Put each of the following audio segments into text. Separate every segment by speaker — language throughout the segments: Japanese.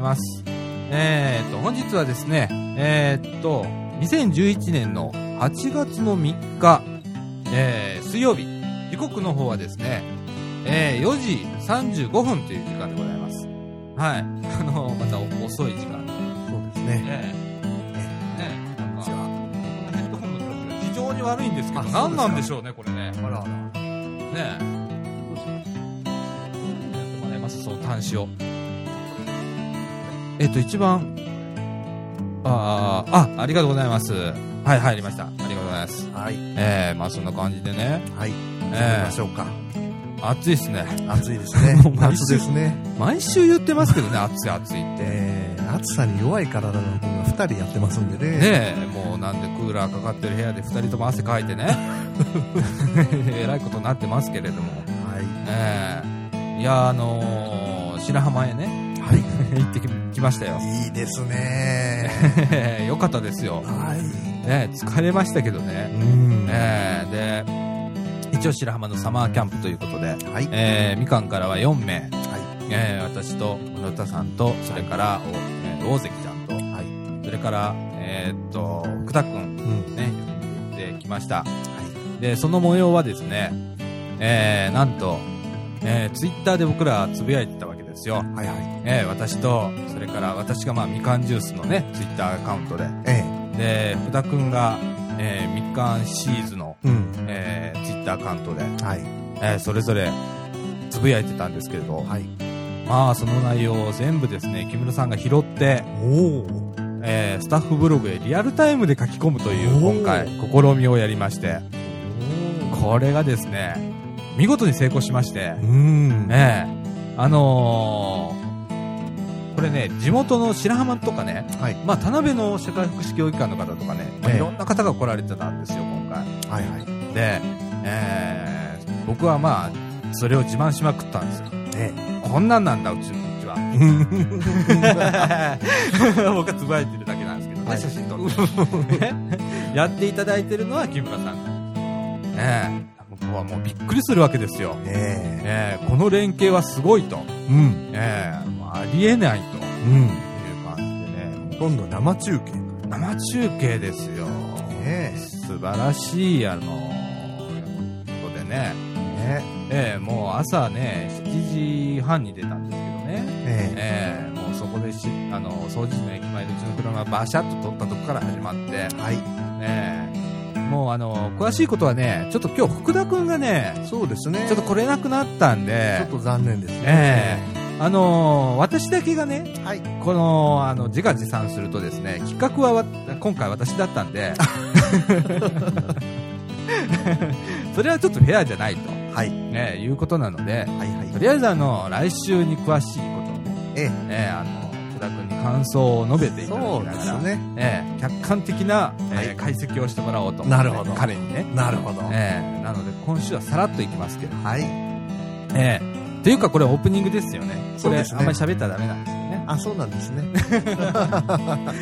Speaker 1: ます。えー、っと、本日はですね、えー、っと、2011年の8月の3日、えー、水曜日、時刻の方はですね、えー、4時35分という時間でございます。はい。 あの、また遅い時間
Speaker 2: そうですね。
Speaker 1: ええねえ、なん
Speaker 2: じ
Speaker 1: か
Speaker 2: ゃ、あ、
Speaker 1: ヘッドホンの調子が非常に悪いんですけど、
Speaker 2: あ
Speaker 1: 何なんでしょうね、これね。
Speaker 2: あらあら。
Speaker 1: ねえ。やってもらいます、その端子を。えっと、一番、ああ、あ、ありがとうございます。はい、入りました。ありがとうございます。
Speaker 2: はい。
Speaker 1: ええまあそんな感じでね。
Speaker 2: はい。
Speaker 1: え
Speaker 2: 行き
Speaker 1: え
Speaker 2: ましょうか。
Speaker 1: 暑いですね。
Speaker 2: 暑いですね
Speaker 1: もう。毎週
Speaker 2: 夏ですね。
Speaker 1: 毎週言ってますけどね、暑い暑いって。
Speaker 2: えー、暑さに弱い体の子が2人やってますんでね。
Speaker 1: ねえ、もうなんでクーラーかかってる部屋で2人とも汗かいてね。 えらいことになってますけれども。
Speaker 2: は
Speaker 1: ええいや、あのー白浜へね、
Speaker 2: い。はい。
Speaker 1: 行ってききましたよ。
Speaker 2: いいですね。
Speaker 1: え ーよかったですよ。
Speaker 2: はい。
Speaker 1: ね、疲れましたけど
Speaker 2: う
Speaker 1: ね。
Speaker 2: ん。
Speaker 1: えーで、一応白浜のサマーキャンプということで、
Speaker 2: はい。
Speaker 1: えーみかんからは4名、
Speaker 2: は
Speaker 1: えー私と、小田さんと、それから、おえー大関ちゃん
Speaker 2: い。はい。
Speaker 1: と、それから、えーっと、福田くん、
Speaker 2: うん。
Speaker 1: ね、で、来ました。
Speaker 2: は
Speaker 1: で、その模様はですね、えーなんと、えー、ツイッターで僕らつぶやいてたわけですよ。
Speaker 2: い。はいはい。
Speaker 1: えー私と、それから私がまあみかんジュースのね、ツイッターアカウントで、
Speaker 2: え
Speaker 1: で、福田くんが、えー、みかんシーズの、
Speaker 2: え。うん。
Speaker 1: えー、ツイッターアカウントで、
Speaker 2: はい。
Speaker 1: えー、それぞれ、つぶやいてたんですけれど、
Speaker 2: はい。
Speaker 1: まあ、その内容を全部ですね、木村さんが拾って、
Speaker 2: おお。
Speaker 1: えー、スタッフブログへリアルタイムで書き込むという、
Speaker 2: おー
Speaker 1: 今回、試みをやりまして、これがですね、見事に成功しまして
Speaker 2: う、ん。
Speaker 1: えー、あのー、これね、地元の白浜とかね、
Speaker 2: はい。
Speaker 1: まあ、田辺の社会福祉協議会の方とかね、まあ
Speaker 2: ええ
Speaker 1: いろんな方が来られてたんですよ、今回。
Speaker 2: はいはい。
Speaker 1: で、えー僕はまあ、それを自慢しまくったんですよ。
Speaker 2: ね
Speaker 1: こんなんなんだ、うちうちは。 僕はつぶやいてるだけなんですけどね、
Speaker 2: はい
Speaker 1: 写真撮って。 やっていただいてるのは木村さん。ねえ、僕はもうびっくりするわけですよ。
Speaker 2: え。ね
Speaker 1: ええこの連携はすごいと。
Speaker 2: え。うん。
Speaker 1: ええもうありえないという
Speaker 2: うん。
Speaker 1: 感じでね、
Speaker 2: 今度生中継。
Speaker 1: 生中継ですよ。
Speaker 2: ね
Speaker 1: 素晴らしい、あの、ことでね。
Speaker 2: え。ね
Speaker 1: ええもう朝ね、7時半に出たんですけどね。
Speaker 2: え。
Speaker 1: ええもうそこでし、あの、掃除機の駅前でうちの車がバシャッと取ったとこから始まって、
Speaker 2: え。はい。
Speaker 1: ええもうあの、詳しいことはね、ちょっと今日福田くんがね、
Speaker 2: そうですね。
Speaker 1: ちょっと来れなくなったん
Speaker 2: ちょっ
Speaker 1: で、
Speaker 2: と残念です
Speaker 1: え
Speaker 2: ね。
Speaker 1: あの、私だけがね、
Speaker 2: はい。
Speaker 1: この、あの、自画自賛するとですね、企画はわ今回私だったん で、 それはちょっとフェアじゃないと、
Speaker 2: はい。
Speaker 1: ね、いうことなので、
Speaker 2: はいはい。
Speaker 1: とりあえずあの、来週に詳しいことをね、
Speaker 2: え
Speaker 1: ね、あの、福田君に感想を述べていただき
Speaker 2: そう
Speaker 1: な
Speaker 2: で
Speaker 1: が
Speaker 2: す
Speaker 1: ら、
Speaker 2: ね。
Speaker 1: ええ客観的な、ええ
Speaker 2: はい
Speaker 1: 解析をしてもらおうと。
Speaker 2: なるほど
Speaker 1: 彼にね。
Speaker 2: なるほど。は
Speaker 1: ええなので、今週はさらっといきますけど。
Speaker 2: い。
Speaker 1: ええというか、これオープニングですよね。
Speaker 2: そうです
Speaker 1: こ
Speaker 2: ね
Speaker 1: れ、あんまり喋ったらダメなんですよね。
Speaker 2: あ、そうなんですね。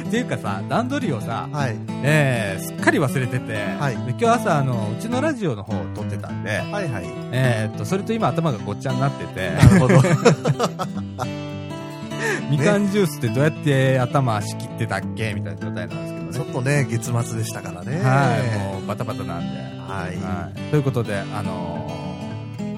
Speaker 1: っていうかさ、段取りをさ、
Speaker 2: はい。
Speaker 1: ええすっかり忘れてて、
Speaker 2: はい
Speaker 1: で今日朝あの、うちのラジオの方を撮ってたんで、
Speaker 2: はいはい。
Speaker 1: えーっと、それと今頭がごっちゃになってて、
Speaker 2: なるほ ど。
Speaker 1: みかんジュースってどうやって頭仕切ってたっけみたいな状態なんですけ
Speaker 2: ち
Speaker 1: ど
Speaker 2: ょ
Speaker 1: ね。
Speaker 2: っとね、月末でしたからね。
Speaker 1: はい、もうバタバタなんで。
Speaker 2: はい
Speaker 1: はい、ということで、あのー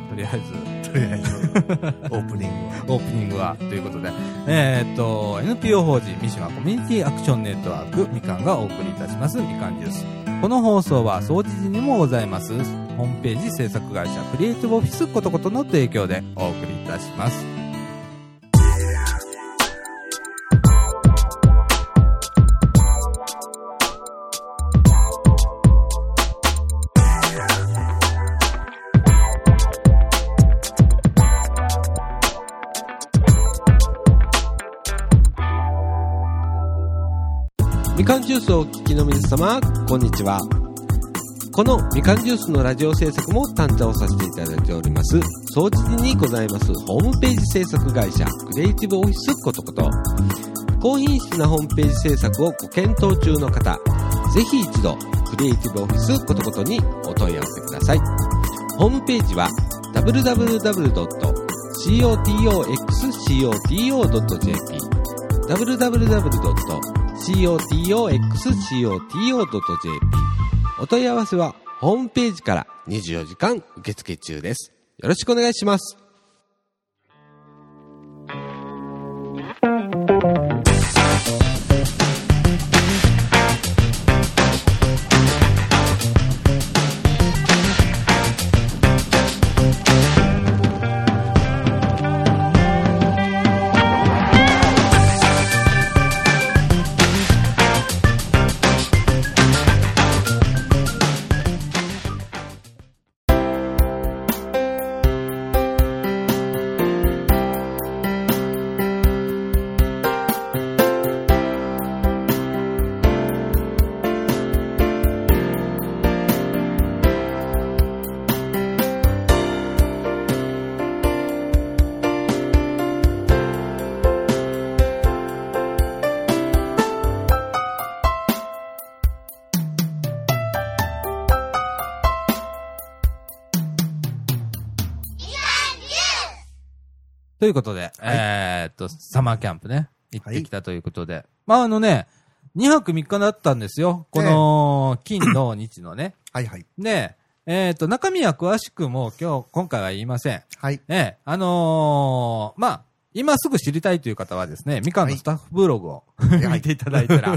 Speaker 1: とりあえず、
Speaker 2: とりあえ ず、オープニングを。
Speaker 1: オープニングは、ということで、えーっと、NPO 法人三島コミュニティアクションネットワークみかんがお送りいたします、みかんジュース。この放送は、総知事にもございます、ホームページ制作会社、クリエイティブオフィスことことの提供でお送りいたします。
Speaker 3: みかんジュースをお聞きの皆様、こんにちは。このみかんジュースのラジオ制作も担当させていただいております、総知事にございますホームページ制作会社、クリエイティブオフィスことこと。高品質なホームページ制作をご検討中の方、ぜひ一度、クリエイティブオフィスことことにお問い合わせください。ホームページは www.cotoxcoto.jp www.cotoxcoto.jp お問い合わせはホームページから24時間受付中です。よろしくお願いします。
Speaker 1: ということで、えーっと、サマーキャンプね、行ってきたということで。まあ、あのね、2泊3日だったんですよ。この、金の日のね。
Speaker 2: はいはい。
Speaker 1: で、えーっと、中身は詳しくもう今日、今回は言いません。
Speaker 2: はい。
Speaker 1: ね、あのーまあ、今すぐ知りたいという方はですね、みかんのスタッフブログを、見ていただいた ら、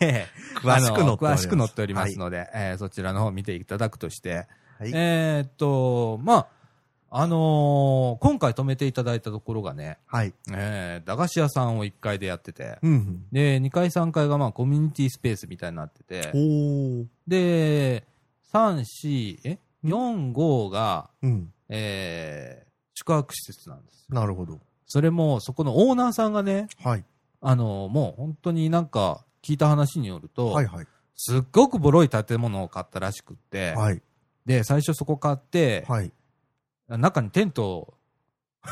Speaker 1: ええ
Speaker 2: 詳しく載っております
Speaker 1: あの詳しく載っておりますので、えーそちらの方を見ていただくとして、
Speaker 2: はい。
Speaker 1: えーっと、まあ、あのー今回泊めていただいたところがね、
Speaker 2: はい。
Speaker 1: えー駄菓子屋さんを1階でやってて、
Speaker 2: うん
Speaker 1: で、2階3階がまあコミュニティスペースみたいになって
Speaker 2: う
Speaker 1: て、
Speaker 2: ん。おー。
Speaker 1: で、3、4、え ?4、5が、
Speaker 2: うん。
Speaker 1: えー宿泊施設なんですよ。
Speaker 2: なるほど。
Speaker 1: それも、そこのオーナーさんがね、
Speaker 2: はい。
Speaker 1: あの、もう本当になんか、聞いた話によると、
Speaker 2: はいはい。
Speaker 1: すっごくボロい建物を買ったらしくって、
Speaker 2: はい。
Speaker 1: で、最初そこ買って、
Speaker 2: はい。
Speaker 1: 中にテントを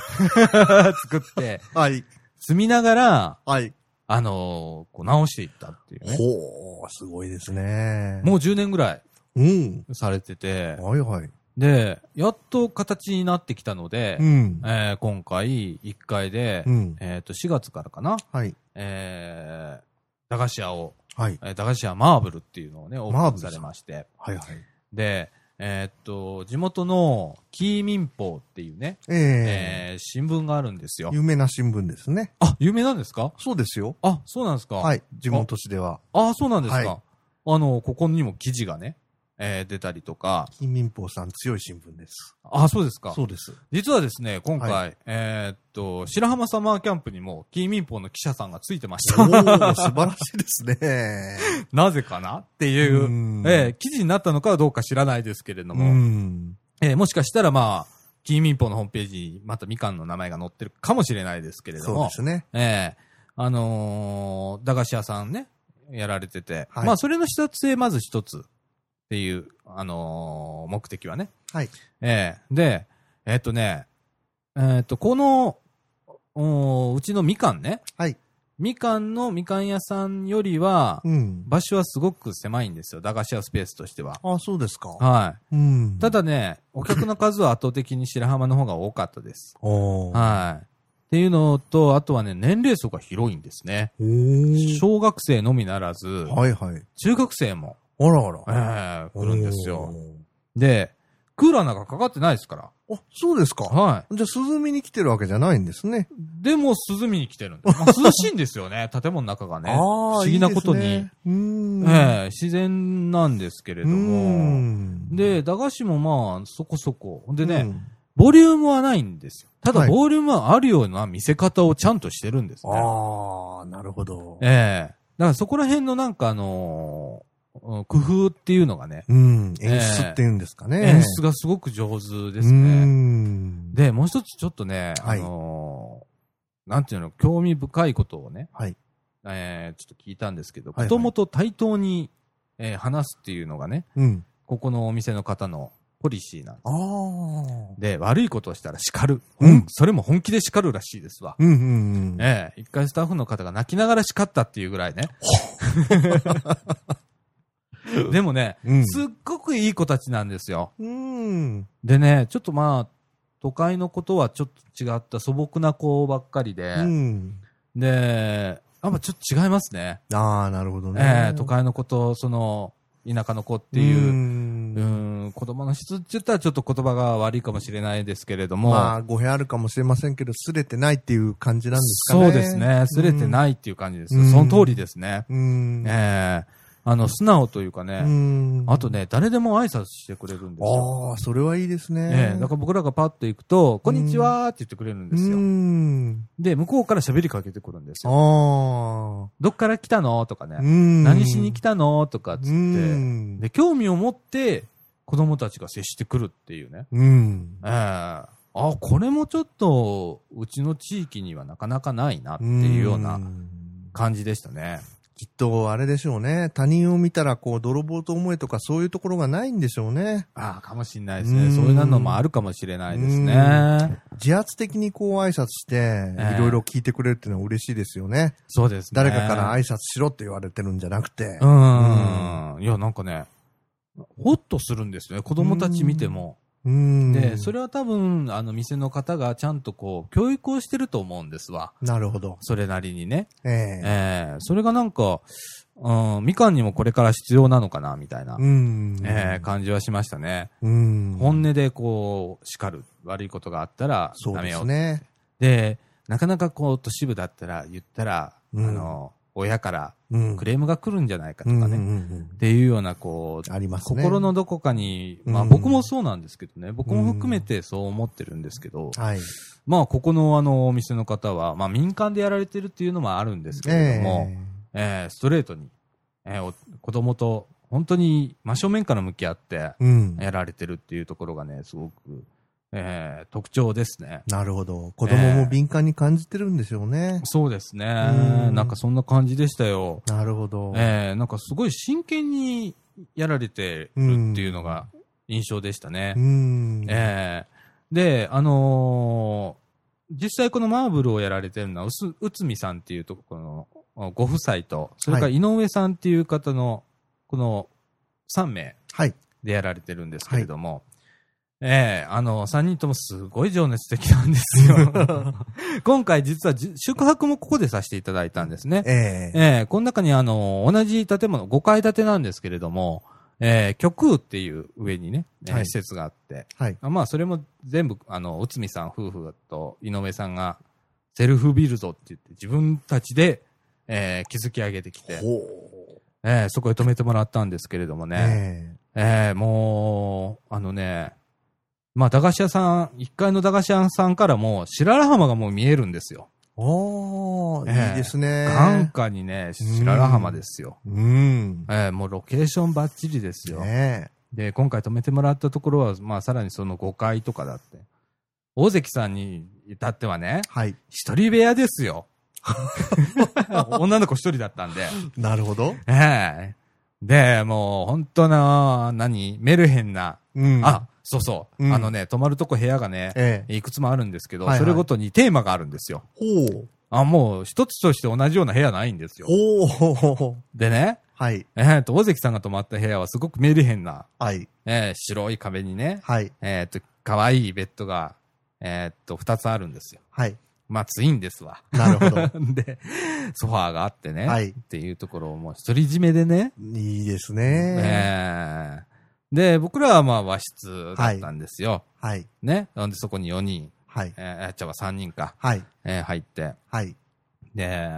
Speaker 1: 作って、
Speaker 2: はい。
Speaker 1: 住みながら、
Speaker 2: はい。
Speaker 1: あのこう直していったっていうね。
Speaker 2: ほー、すごいですね。
Speaker 1: もう10年ぐらい
Speaker 2: うん。
Speaker 1: されてて、
Speaker 2: はいはい。
Speaker 1: で、やっと形になってきたので、
Speaker 2: うん。
Speaker 1: えー今回1回で、
Speaker 2: うん。
Speaker 1: えっ、と、4月からかな、
Speaker 2: はい。
Speaker 1: えー駄菓子屋を、
Speaker 2: はい。
Speaker 1: えー駄菓子屋マーブルっていうのをね、オ
Speaker 2: マ
Speaker 1: ー
Speaker 2: ー
Speaker 1: プン
Speaker 2: ブル
Speaker 1: さ
Speaker 2: さん
Speaker 1: れまして。
Speaker 2: はいはい。
Speaker 1: で、えーっと、地元のキーミンポーっていうね、
Speaker 2: え
Speaker 1: えー新聞があるんですよ
Speaker 2: ー。。有名な新聞ですね。
Speaker 1: あ、有名なんですか
Speaker 2: そうですよ。
Speaker 1: あ、そうなんですか
Speaker 2: はい。地元市では。
Speaker 1: あ、そうなんですか、
Speaker 2: はい
Speaker 1: あの、ここにも記事がね、えー出たりとか。
Speaker 2: 金民法さん強い新聞です。
Speaker 1: あ、そうですか
Speaker 2: そうです。
Speaker 1: 実はですね、今回、
Speaker 2: は
Speaker 1: えーっと、白浜サマーキャンプにも、キーミンポーの記者さんがついてまし
Speaker 2: お
Speaker 1: た。
Speaker 2: ー、素晴らしいですね。
Speaker 1: なぜかなっていう、
Speaker 2: うん
Speaker 1: えー記事になったのかはどうか知らないですけれども、
Speaker 2: うん。
Speaker 1: えーもしかしたらまあ、キーミンポのホームページにまたみかんの名前が載ってるかもしれないですけれど
Speaker 2: そう
Speaker 1: も
Speaker 2: で、すね。
Speaker 1: えーあのー駄菓子屋さんね、やられてて、
Speaker 2: はい
Speaker 1: まあそれの一つへまず一つっていう、あのー目的はね。
Speaker 2: はい。
Speaker 1: えーで、えーっとね、えーっと、この、おーうちのみかんね、
Speaker 2: はい。
Speaker 1: みかんのみかん屋さんよりは、
Speaker 2: うん。
Speaker 1: 場所はすごく狭いんですよ、駄菓子屋スペースとしては。
Speaker 2: あ、そうですか。
Speaker 1: はい。
Speaker 2: うん。
Speaker 1: た、だね、お客の数は圧倒的に白浜の方が多かったです。
Speaker 2: おー。
Speaker 1: はい。っていうのと、あとはね、年齢層が広いんですね。
Speaker 2: おー。
Speaker 1: 小学生のみならず、
Speaker 2: はいはい。
Speaker 1: 中学生も、
Speaker 2: あらあら。
Speaker 1: えー来るんですよ。
Speaker 2: お
Speaker 1: で、クーラーなんかかかってないですか
Speaker 2: ー。あ、そうです
Speaker 1: ら。
Speaker 2: か。
Speaker 1: は
Speaker 2: じゃあ、涼みに来てるわけじゃないんですね。
Speaker 1: い。でも、涼みに来てるんです。まあ、涼しいんですよ ね、建物の中がね。
Speaker 2: ー
Speaker 1: 不思議なことに。
Speaker 2: いいですねうん。
Speaker 1: ええ自然なんですけれど
Speaker 2: う
Speaker 1: も。
Speaker 2: ん。
Speaker 1: で、駄菓子もまあ、そこそこ。でね、
Speaker 2: うん、
Speaker 1: ボリュームはないんですよ。ただ、
Speaker 2: はい
Speaker 1: ボリュームはあるような見せ方をちゃんとしてるんですね。
Speaker 2: ああ、なるほど。
Speaker 1: ええだからそこら辺のなんかあのーうん工夫っていうのがね、
Speaker 2: うん。演出っていうんですかね。
Speaker 1: 演出がすごく上手です
Speaker 2: う
Speaker 1: ね。
Speaker 2: ん。
Speaker 1: で、もう一つちょっとね、あ
Speaker 2: はい
Speaker 1: のーなんていうの、興味深いことをね、
Speaker 2: はい。
Speaker 1: えーちょっと聞いたんですけど、
Speaker 2: はいはい
Speaker 1: 子供と対等に、えー話すっていうのがね、
Speaker 2: うん。
Speaker 1: ここのお店の方のポリシーなんです
Speaker 2: ああ。うん
Speaker 1: で、悪いことをしたら叱る。
Speaker 2: うん
Speaker 1: ほんそれも本気で叱るらしいですわ。
Speaker 2: うんうん。
Speaker 1: ええ、一回スタッフの方が泣きながら叱ったっていうぐら いね。でもね、
Speaker 2: うん。
Speaker 1: すっごくいい子たちなんですよ。
Speaker 2: うん。
Speaker 1: でね、ちょっとまあ、都会のことはちょっと違った素朴な子ばっかりで、
Speaker 2: うん。
Speaker 1: で、やっぱちょっと違いますね。
Speaker 2: ああ、なるほどね。
Speaker 1: ええ都会の子と、その、田舎の子って
Speaker 2: う。
Speaker 1: いう、うんん、子供の質って言ったらちょっと言葉が悪いかもしれないですけれども、
Speaker 2: まあ、語弊あるかもしれませんけど、すれてないっていう感じなんですかね。
Speaker 1: そうですね。すれてないっていう感じです。
Speaker 2: うん
Speaker 1: その通りですね。
Speaker 2: うん。
Speaker 1: ええあの、素直というか
Speaker 2: う
Speaker 1: ね、
Speaker 2: ん。
Speaker 1: あとね、誰でも挨拶してくれるんですよ。
Speaker 2: ああ、それはいいですね。
Speaker 1: ええだから僕らがパッと行くと、こんにちはって言ってくれるんです
Speaker 2: う
Speaker 1: よ。
Speaker 2: ん。
Speaker 1: で、向こうから喋りかけてくるんですよ。
Speaker 2: あ
Speaker 1: どっから来たのとかね
Speaker 2: あ。う。ん。
Speaker 1: 何しに来
Speaker 2: た
Speaker 1: たのとかっつっ
Speaker 2: う
Speaker 1: て。
Speaker 2: ん。
Speaker 1: で、興味を持って子供たちが接してくるっていうね。
Speaker 2: うん。
Speaker 1: ええあ、これもちょっと、うちの地域にはなかなかないなっていうようなん感じでしたね。
Speaker 2: きっと、あれでしょうね。他人を見たら、こう、泥棒と思えとか、そういうところがないんでしょうね。
Speaker 1: ああ、かもしれないです
Speaker 2: う
Speaker 1: ね。
Speaker 2: ん
Speaker 1: そういうのもあるかもしれないですね。
Speaker 2: う
Speaker 1: うん
Speaker 2: 自発的にこう、挨拶して
Speaker 1: ええ、
Speaker 2: いろいろ聞いてくれるっていうのは嬉しいですよね。
Speaker 1: そうですね。
Speaker 2: 誰かから挨拶しろって言われてるんじゃなくて。
Speaker 1: うん。いや、なんかね、ほっとするんですよね。子供たち見ても。
Speaker 2: うん。
Speaker 1: で、それは多分、あの、店の方がちゃんとこう、教育をしてると思うんですわ。
Speaker 2: なるほど。
Speaker 1: それなりにね。
Speaker 2: ええ。
Speaker 1: ええそれがなんか、うん、みかんにもこれから必要なのかな、みたいな、
Speaker 2: うん。
Speaker 1: ええ感じはしましたね。
Speaker 2: うん。
Speaker 1: 本音でこう、叱る。悪いことがあったら、
Speaker 2: そう
Speaker 1: ダメ
Speaker 2: で
Speaker 1: よ
Speaker 2: す。ね。
Speaker 1: で、なかなかこう、都市部だったら、言ったら、
Speaker 2: うん
Speaker 1: あの、親から
Speaker 2: うん。
Speaker 1: クレームが来るんじゃないかと
Speaker 2: うん
Speaker 1: か
Speaker 2: うん
Speaker 1: ね。
Speaker 2: う
Speaker 1: っ
Speaker 2: ん
Speaker 1: ていうような、こう
Speaker 2: う、ん。ありますね。
Speaker 1: 心。のどこかに、まあ
Speaker 2: うん
Speaker 1: 僕もそうなんですけどね、僕も含めてそう思ってるんですけど、
Speaker 2: はい。
Speaker 1: まあここのあのお店の方は、まあ民間でやられてるっていうのもあるんですけれども、えーストレートに、えーお子供と本当に真正面から向き合って
Speaker 2: えうん。
Speaker 1: やられてるっていうところがね、すごく、えー特徴ですね。
Speaker 2: なるほど。子供も敏感に感じてるんでしょうね。
Speaker 1: そうですね。
Speaker 2: うん
Speaker 1: なんかそんな感じでしたよ。
Speaker 2: なるほど。
Speaker 1: えーなんかすごい真剣にやられてるっていうのが印象でしたね。
Speaker 2: うん。
Speaker 1: ええで、あのー実際このマーブルをやられてるのは、うす内海さんっていうとこのおご夫妻と、それから井上さんっていう方の、この3名
Speaker 2: はい。
Speaker 1: でやられてるんですけれども、ええあの、3人ともすごい情熱的なんです よ。今回実はじ宿泊もここでさせていただいたんですね。
Speaker 2: ええ
Speaker 1: ええこの中にあの、同じ建物、5階建てなんですけれども、ええ極右っていう上にね、ええ
Speaker 2: はい
Speaker 1: 施設があって、
Speaker 2: はい。
Speaker 1: あまあ、それも全部、あの、内海さん夫婦と井上さんが、セルフビルドって言って、自分たちで、えー築き上げてきて、
Speaker 2: ほ
Speaker 1: えーそこへ止めてもらったんですけれども
Speaker 2: う。
Speaker 1: ね、え
Speaker 2: え
Speaker 1: ーもう、あのね、まあ、駄菓子屋さん、1階の駄菓子屋さんからも、白良浜がもう見えるんですよ。
Speaker 2: えお
Speaker 1: ええ
Speaker 2: ー、いいですね。
Speaker 1: 眼下にね、白良浜ですよ。
Speaker 2: うん。
Speaker 1: えーもうロケーションバッチリですよ。
Speaker 2: ね
Speaker 1: で、今回止めてもらったところは、まあ、さらにその5階とかだって。大関さんに至ってはね
Speaker 2: え、はい。
Speaker 1: 一人部屋ですよ。 女の子一人だったんで。
Speaker 2: なるほど。
Speaker 1: ええで、もう、本当な、何メルヘンな。
Speaker 2: うん。
Speaker 1: あ、そうそう。
Speaker 2: うん
Speaker 1: あのね、泊まるとこ部屋がね、
Speaker 2: ええ。
Speaker 1: いくつもあるんですけど、
Speaker 2: はいはい
Speaker 1: それごとにテーマがあるんですよ。
Speaker 2: ほう。
Speaker 1: あ、もう、一つとして同じような部屋ないんですよ。
Speaker 2: ほうほうほうほう。
Speaker 1: でね、
Speaker 2: はい。
Speaker 1: えっと、大関さんが泊まった部屋はすごくメルヘンな、
Speaker 2: はい。
Speaker 1: ええ白い壁にね、
Speaker 2: はい。
Speaker 1: えっと、可愛いベッドが、えっと、二つあるんですよ。
Speaker 2: はい。
Speaker 1: まあ、ツインですわ。
Speaker 2: なるほど。
Speaker 1: で、ソファーがあってね、
Speaker 2: はい
Speaker 1: っていうところをもう独り占めでね、
Speaker 2: いいですね。
Speaker 1: えーで、僕らはまあ和室だったんですよ。
Speaker 2: はい。
Speaker 1: ね。なんでそこに4人、
Speaker 2: はい。
Speaker 1: えー、あっちゃは3人か、
Speaker 2: はい。
Speaker 1: えー入って。
Speaker 2: はい。
Speaker 1: で、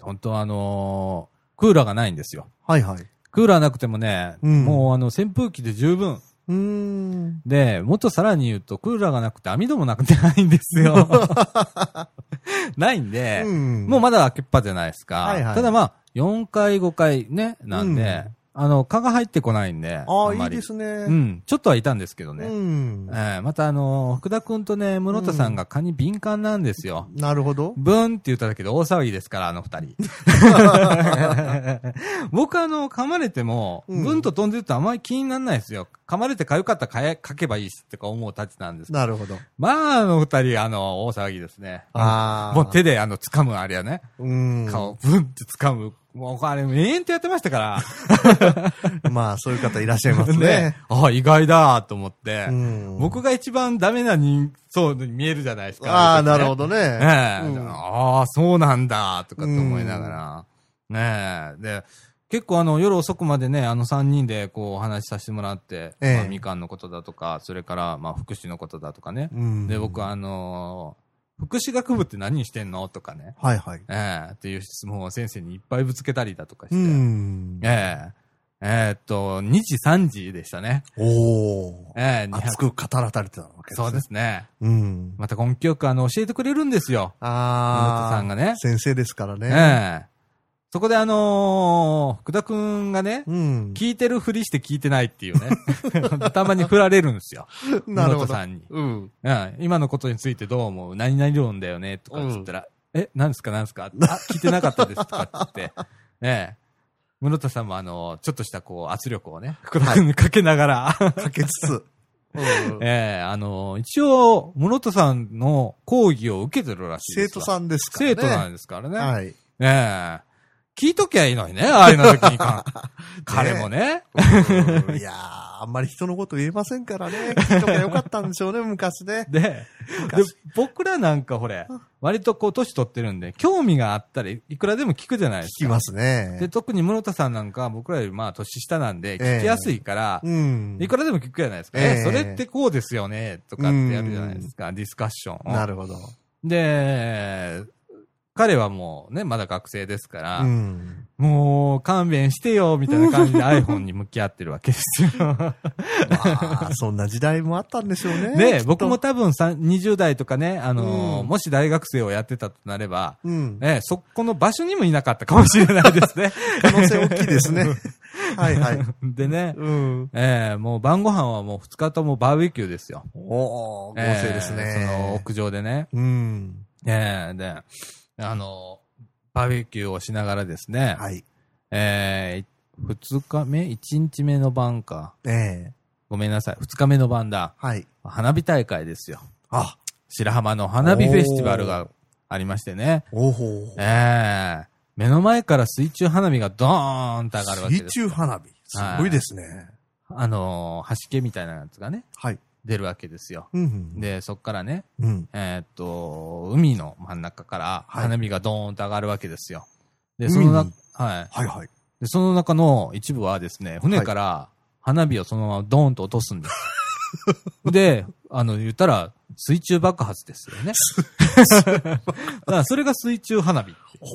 Speaker 1: 本当はあのークーラーがないんですよ。
Speaker 2: はい。はい。
Speaker 1: クーラーなくてもね、
Speaker 2: うん
Speaker 1: もうあの扇風機で十分。
Speaker 2: うーん。
Speaker 1: で、もっとさらに言うと、クーラーがなくて網戸もなくてないんです よ。ないんで、
Speaker 2: うん
Speaker 1: もうまだ開けっぱじゃないですか。
Speaker 2: はいはい
Speaker 1: ただまあ、4回、5回ね、なんで、
Speaker 2: うん
Speaker 1: あの、蚊が入ってこないんで、
Speaker 2: ああ、
Speaker 1: ん
Speaker 2: い
Speaker 1: ま
Speaker 2: い
Speaker 1: り
Speaker 2: ですね。
Speaker 1: う。ん、ちょっとはいたんですけど
Speaker 2: う
Speaker 1: ね。
Speaker 2: ん
Speaker 1: え。ーまたあのー福田くんとね、室田さんが蚊に敏感なんですよ。
Speaker 2: なるほど。
Speaker 1: ブンって言っただけで大騒ぎですから、あの 二人。僕あの、噛まれても、
Speaker 2: うん
Speaker 1: ブンと飛んでるとあまり気にならないですよ。噛まれてかゆかったらかえかけばいいし、とか思うたちなんですけど。
Speaker 2: なるほど。
Speaker 1: まあ、あの二人、あの、大騒ぎですね。
Speaker 2: ああ。
Speaker 1: もう手であの、掴むあれやね。
Speaker 2: うん。
Speaker 1: 顔、ブンって掴む、もう、あれ、延々とやってましたから。
Speaker 2: まあ、そういう方いらっしゃいます ね。
Speaker 1: あ、意外だと思って、
Speaker 2: うん
Speaker 1: 僕が一番ダメな人、そうに見えるじゃないですか。
Speaker 2: ああ、
Speaker 1: の時ね
Speaker 2: なるほどね。
Speaker 1: ええ
Speaker 2: うん
Speaker 1: ああ、そうなんだ、とかって思いながら。ねえ。で、結構あの、夜遅くまでね、あの3人でこうお話しさせてもらって、
Speaker 2: ええ
Speaker 1: まあ、みかんのことだとか、それから、まあ、福祉のことだとかね。
Speaker 2: うん
Speaker 1: で、僕あのー福祉学部って何してんのとかね。
Speaker 2: はいはい。
Speaker 1: ええっていう質問を先生にいっぱいぶつけたりだとかし
Speaker 2: う
Speaker 1: て。
Speaker 2: ん。
Speaker 1: えええーっと、2時3時でしたね。
Speaker 2: おお。
Speaker 1: ええ
Speaker 2: 熱く語らされてたわけですね。
Speaker 1: そうですね。
Speaker 2: うん。
Speaker 1: また根気よくあの、教えてくれるんですよ。妹
Speaker 2: ああ。
Speaker 1: さんがね
Speaker 2: 先生ですからね。
Speaker 1: ええそこであのー福田くんがね、
Speaker 2: うん。
Speaker 1: 聞いてるふりして聞いてないっていうね。 たまに振られるんですよ。
Speaker 2: なる
Speaker 1: 室
Speaker 2: ほど
Speaker 1: 田さんに。
Speaker 2: うん。
Speaker 1: うん。今のことについてどう思う何々論だよねとかっつったら、え、何ですか何ですかあ、聞いてなかったですとかって言 って。ねえ。室田さんもあのーちょっとしたこう圧力をね、福田くんにかけながら、
Speaker 2: かけつつ。うん
Speaker 1: ええあのー一応、室田さんの講義を受けてるらしいで
Speaker 2: 生
Speaker 1: す
Speaker 2: 徒
Speaker 1: わ。
Speaker 2: さんですからね。
Speaker 1: 生徒なんですからね。
Speaker 2: はい。
Speaker 1: ねえ。聞いときゃいいのにね、ああいうの時に か。彼もね。
Speaker 2: うんいやー、あんまり人のこと言えませんからね。聞いとかよかったんでしょうね、昔ね。
Speaker 1: で、で僕らなんかほれ、割とこう、年取ってるんで、興味があったらいくらでも聞くじゃないですか。
Speaker 2: 聞きます
Speaker 1: で、
Speaker 2: ね。
Speaker 1: 特に室田さんなんかは僕らよりまあ、年下なんで、
Speaker 2: ええ
Speaker 1: 聞きやすいから、
Speaker 2: うん。
Speaker 1: いくらでも聞くじゃないですか。
Speaker 2: ええ
Speaker 1: えそれってこうですよね、とかってやるじゃないですか、ディスカッションを。
Speaker 2: なるほど。
Speaker 1: で、彼はもうね、まだ学生ですから、
Speaker 2: うん。
Speaker 1: もう勘弁してよ、みたいな感じで iPhone に向き合ってるわけです よ。
Speaker 2: まあ、そんな時代もあったんでしょうね。き
Speaker 1: で
Speaker 2: っ、と
Speaker 1: 僕も、多分さん20代とかね、あのー
Speaker 2: うん
Speaker 1: もし大学生をやってたとなれば、
Speaker 2: うん。
Speaker 1: ね、そこの場所にもいなかったかもしれないです ね。
Speaker 2: 可能性大きいで すね。はいはい。
Speaker 1: でね、
Speaker 2: うん。
Speaker 1: えーもう晩ご飯はもう2日ともバーベキューですよ。
Speaker 2: おー、合
Speaker 1: えー
Speaker 2: 成ですね。
Speaker 1: その屋上でね。
Speaker 2: うん。
Speaker 1: えーで、あのーバーベキューをしながらですね、
Speaker 2: はい。
Speaker 1: え2日目 ?1 日目の晩か。
Speaker 2: ええ
Speaker 1: ごめんなさい。2日目の晩だ。
Speaker 2: はい。
Speaker 1: 花火大会ですよ。
Speaker 2: あ、
Speaker 1: 白浜の花火フェスティバルがありましてね。
Speaker 2: おほ
Speaker 1: ええ目の前から水中花火がドーンと上がるわけ
Speaker 2: 水
Speaker 1: です。
Speaker 2: 中花火。すごいですね。
Speaker 1: あのー、端っけみたいなやつがね、
Speaker 2: はい。
Speaker 1: 出るわけですよ。
Speaker 2: うんうん。
Speaker 1: で、そっからね、
Speaker 2: うん。
Speaker 1: えーっと、海の真ん中から
Speaker 2: はい
Speaker 1: 花火がドーンと上がるわけですよ。で、
Speaker 2: 海
Speaker 1: そのな
Speaker 2: に、
Speaker 1: はい。
Speaker 2: はいはい。
Speaker 1: で、その中の一部はですね、船から花火をそのままドーンと落とすんです。 で、あの、言ったら、水中爆発ですよね。 だからそれが水中花火。
Speaker 2: ほ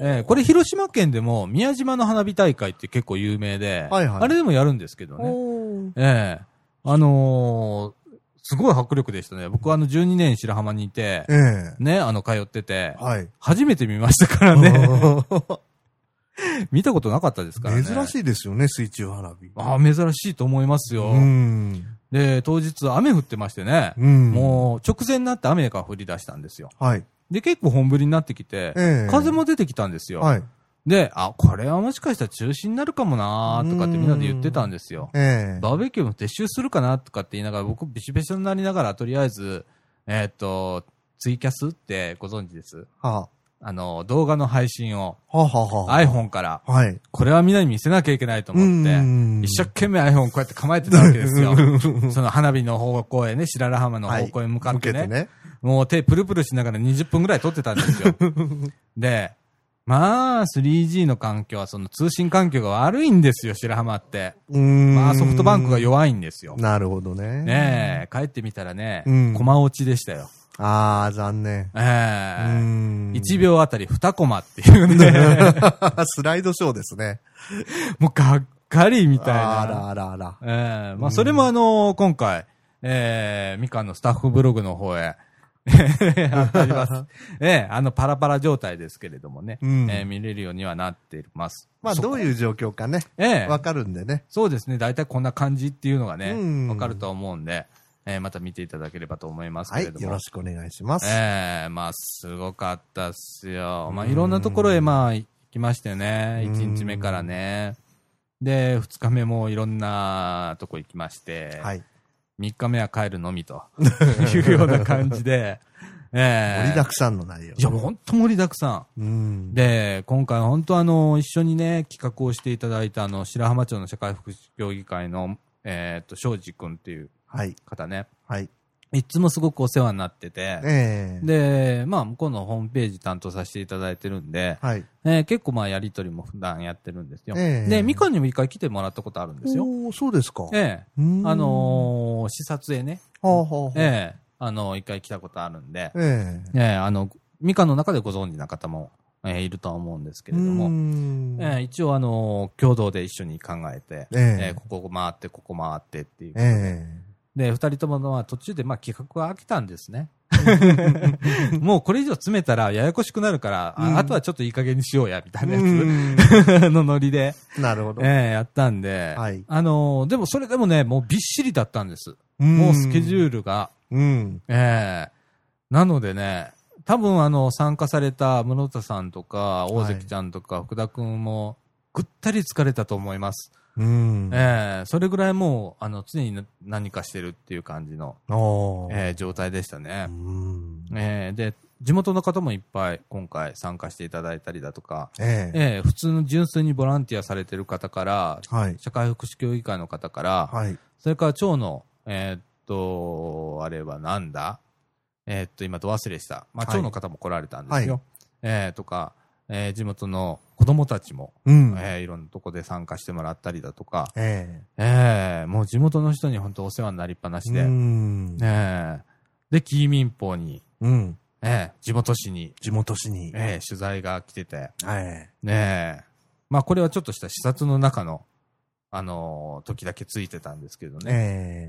Speaker 2: う。
Speaker 1: えーこれ広島県でも宮島の花火大会って結構有名で、
Speaker 2: はいはい
Speaker 1: あれでもやるんですけどね。
Speaker 2: おー
Speaker 1: ええあのーすごい迫力でしたね。僕はあの12年白浜にいて
Speaker 2: え、え。
Speaker 1: ね、あの通ってて、
Speaker 2: はい。
Speaker 1: 初めて見ましたから ね。見たことなかったですからね。
Speaker 2: 珍
Speaker 1: い。
Speaker 2: しいですよね、水中花火。
Speaker 1: ああ、珍しいと思いますよ。
Speaker 2: うん。
Speaker 1: で、当日雨降ってましてね、
Speaker 2: うん。
Speaker 1: もう直前になって雨が降り出したんですよ。
Speaker 2: う。はい。
Speaker 1: で、結構本降りになってきて、
Speaker 2: ええ
Speaker 1: 風も出てきたんですよ。
Speaker 2: はい。
Speaker 1: で、あ、これはもしかしたら中止になるかもなーとかってみんなで言ってたんですよ。
Speaker 2: ええ。
Speaker 1: バーベキューも撤収するかなとかって言いながら、僕ビシビシになりながら、とりあえず、えーっ、と、ツイキャスってご存知です。
Speaker 2: は
Speaker 1: あの、動画の配信を
Speaker 2: あ、はあはあはあ。
Speaker 1: iPhone から、
Speaker 2: はい。
Speaker 1: これはみんなに見せなきゃいけないと思って、
Speaker 2: 思
Speaker 1: 一生懸命 iPhone こうやって構えてたわけです よ。その花火の方向へね、白良浜の方向へ向かってね、
Speaker 2: ね。
Speaker 1: もう手プルプルしながら20分ぐらい撮ってたんです よ。で、まあ、3G の環境は、その通信環境が悪いんですよ、白浜って。
Speaker 2: うん
Speaker 1: まあ、ソフトバンクが弱いんですよ。
Speaker 2: なるほどね。
Speaker 1: ねえ、帰ってみたらね、
Speaker 2: うん
Speaker 1: コマ落ちでしたよ。
Speaker 2: ああ、残念。
Speaker 1: え
Speaker 2: う
Speaker 1: え
Speaker 2: ん
Speaker 1: 1秒あたり2コマっていうね、
Speaker 2: スライドショーですね。
Speaker 1: もうがっかりみたい
Speaker 2: あ
Speaker 1: な。
Speaker 2: らあらあら。
Speaker 1: ええま
Speaker 2: う
Speaker 1: あ、
Speaker 2: ん
Speaker 1: それもあの今回、ええみかんのスタッフブログの方へ、 あり ます。ええあの、パラパラ状態ですけれどもね、
Speaker 2: うん
Speaker 1: ええ見れるようにはなっています。
Speaker 2: まあ、どう
Speaker 1: う
Speaker 2: いう状況かね、
Speaker 1: ええ
Speaker 2: わかるんでね。
Speaker 1: そうですね、大体こんな感じっていうのがね
Speaker 2: う、ん
Speaker 1: わかると思うんで、ええまた見ていただければと思いますけ
Speaker 2: はい、
Speaker 1: れども。
Speaker 2: よろしくお願いします。
Speaker 1: ええまあ、すごかったっすよ。まあ、
Speaker 2: うん
Speaker 1: いろんなところへ、まあ、行きましたよね。
Speaker 2: うん
Speaker 1: 1日目からね。で、2日目もいろんなとこ行きまして、
Speaker 2: はい。
Speaker 1: 3日目は帰るのみというような感じで、ええ
Speaker 2: 盛りだくさんの内容。
Speaker 1: いや、もう本当盛りだくさ
Speaker 2: うん
Speaker 1: ん。。で、今回本当あの、一緒にね、企画をしていただいたあの、白浜町の社会福祉協議会の、えーっと、庄司くんっていう
Speaker 2: はい。
Speaker 1: 方ね、
Speaker 2: はい。
Speaker 1: いつもすごくお世話になってて、
Speaker 2: ええ。
Speaker 1: で、まあ、向こうのホームページ担当させていただいてるんで、
Speaker 2: はい。
Speaker 1: えー結構まあ、やりとりも普段やってるんですよ。
Speaker 2: ええ
Speaker 1: で、みかんにも一回来てもらったことあるんですよ。
Speaker 2: おーそうですか。
Speaker 1: ええ
Speaker 2: うーん
Speaker 1: あ、のー視察へね、
Speaker 2: はあはあはあ
Speaker 1: ええあの一回来たことあるんで、
Speaker 2: ええ。
Speaker 1: ええあの、みかんの中でご存知な方も、ええいるとは思うんですけれど
Speaker 2: うー
Speaker 1: も、
Speaker 2: ん
Speaker 1: ええ一応あの共同で一緒に考えて、
Speaker 2: え
Speaker 1: ええ
Speaker 2: え。
Speaker 1: ここ回って、ここ回ってっていう。
Speaker 2: え
Speaker 1: で、二人ともまあ途中でまあ企画は飽きたんです ね。 もうこれ以上詰めたらややこしくなるから、あ
Speaker 2: うん
Speaker 1: あとはちょっといい加減にしようや、みた
Speaker 2: え。
Speaker 1: いな
Speaker 2: う
Speaker 1: や
Speaker 2: ん
Speaker 1: つのノリ で、
Speaker 2: なる ほど。
Speaker 1: ええやったんで、
Speaker 2: はい
Speaker 1: あのーでもそれでもね、もうびっしりだったんです。
Speaker 2: も
Speaker 1: もうスケジュー
Speaker 2: ル。
Speaker 1: ルが。
Speaker 2: うん。
Speaker 1: ええなのでね、多分あの、参加された室田さんとか、大関ちゃんとか、福田くんも、ぐったり疲れたと思います。
Speaker 2: うん。
Speaker 1: ええそれぐらいもう、あの、常に何かしてるっていう感じの、
Speaker 2: おー
Speaker 1: ええ状態でしたね。
Speaker 2: うん
Speaker 1: ええで、地元の方もいっぱい今回参加していただいたりだとか、
Speaker 2: ええ。
Speaker 1: ええ普通の純粋にボランティアされてる方から、
Speaker 2: はい。
Speaker 1: 社会福祉協議会の方から、
Speaker 2: はい。
Speaker 1: それから町の、えーっと、あれはなんだえーっと、今、ど忘れした。まあ、
Speaker 2: はい
Speaker 1: 町の方も来られたんですよ。
Speaker 2: は
Speaker 1: えーとか、えー地元の子供たちも、
Speaker 2: うん。え
Speaker 1: えーいろんなとこで参加してもらったりだとか、
Speaker 2: え。
Speaker 1: えーもう地元の人に本当お世話になりっぱなしで、
Speaker 2: うん。
Speaker 1: えーで、キー民放に、
Speaker 2: うん。
Speaker 1: えー地元市に、
Speaker 2: 地元市に。
Speaker 1: えー取材が来てて、
Speaker 2: はい。
Speaker 1: ねえまあ、これはちょっとした視察の中の、あのー時だけついてたんですけどね。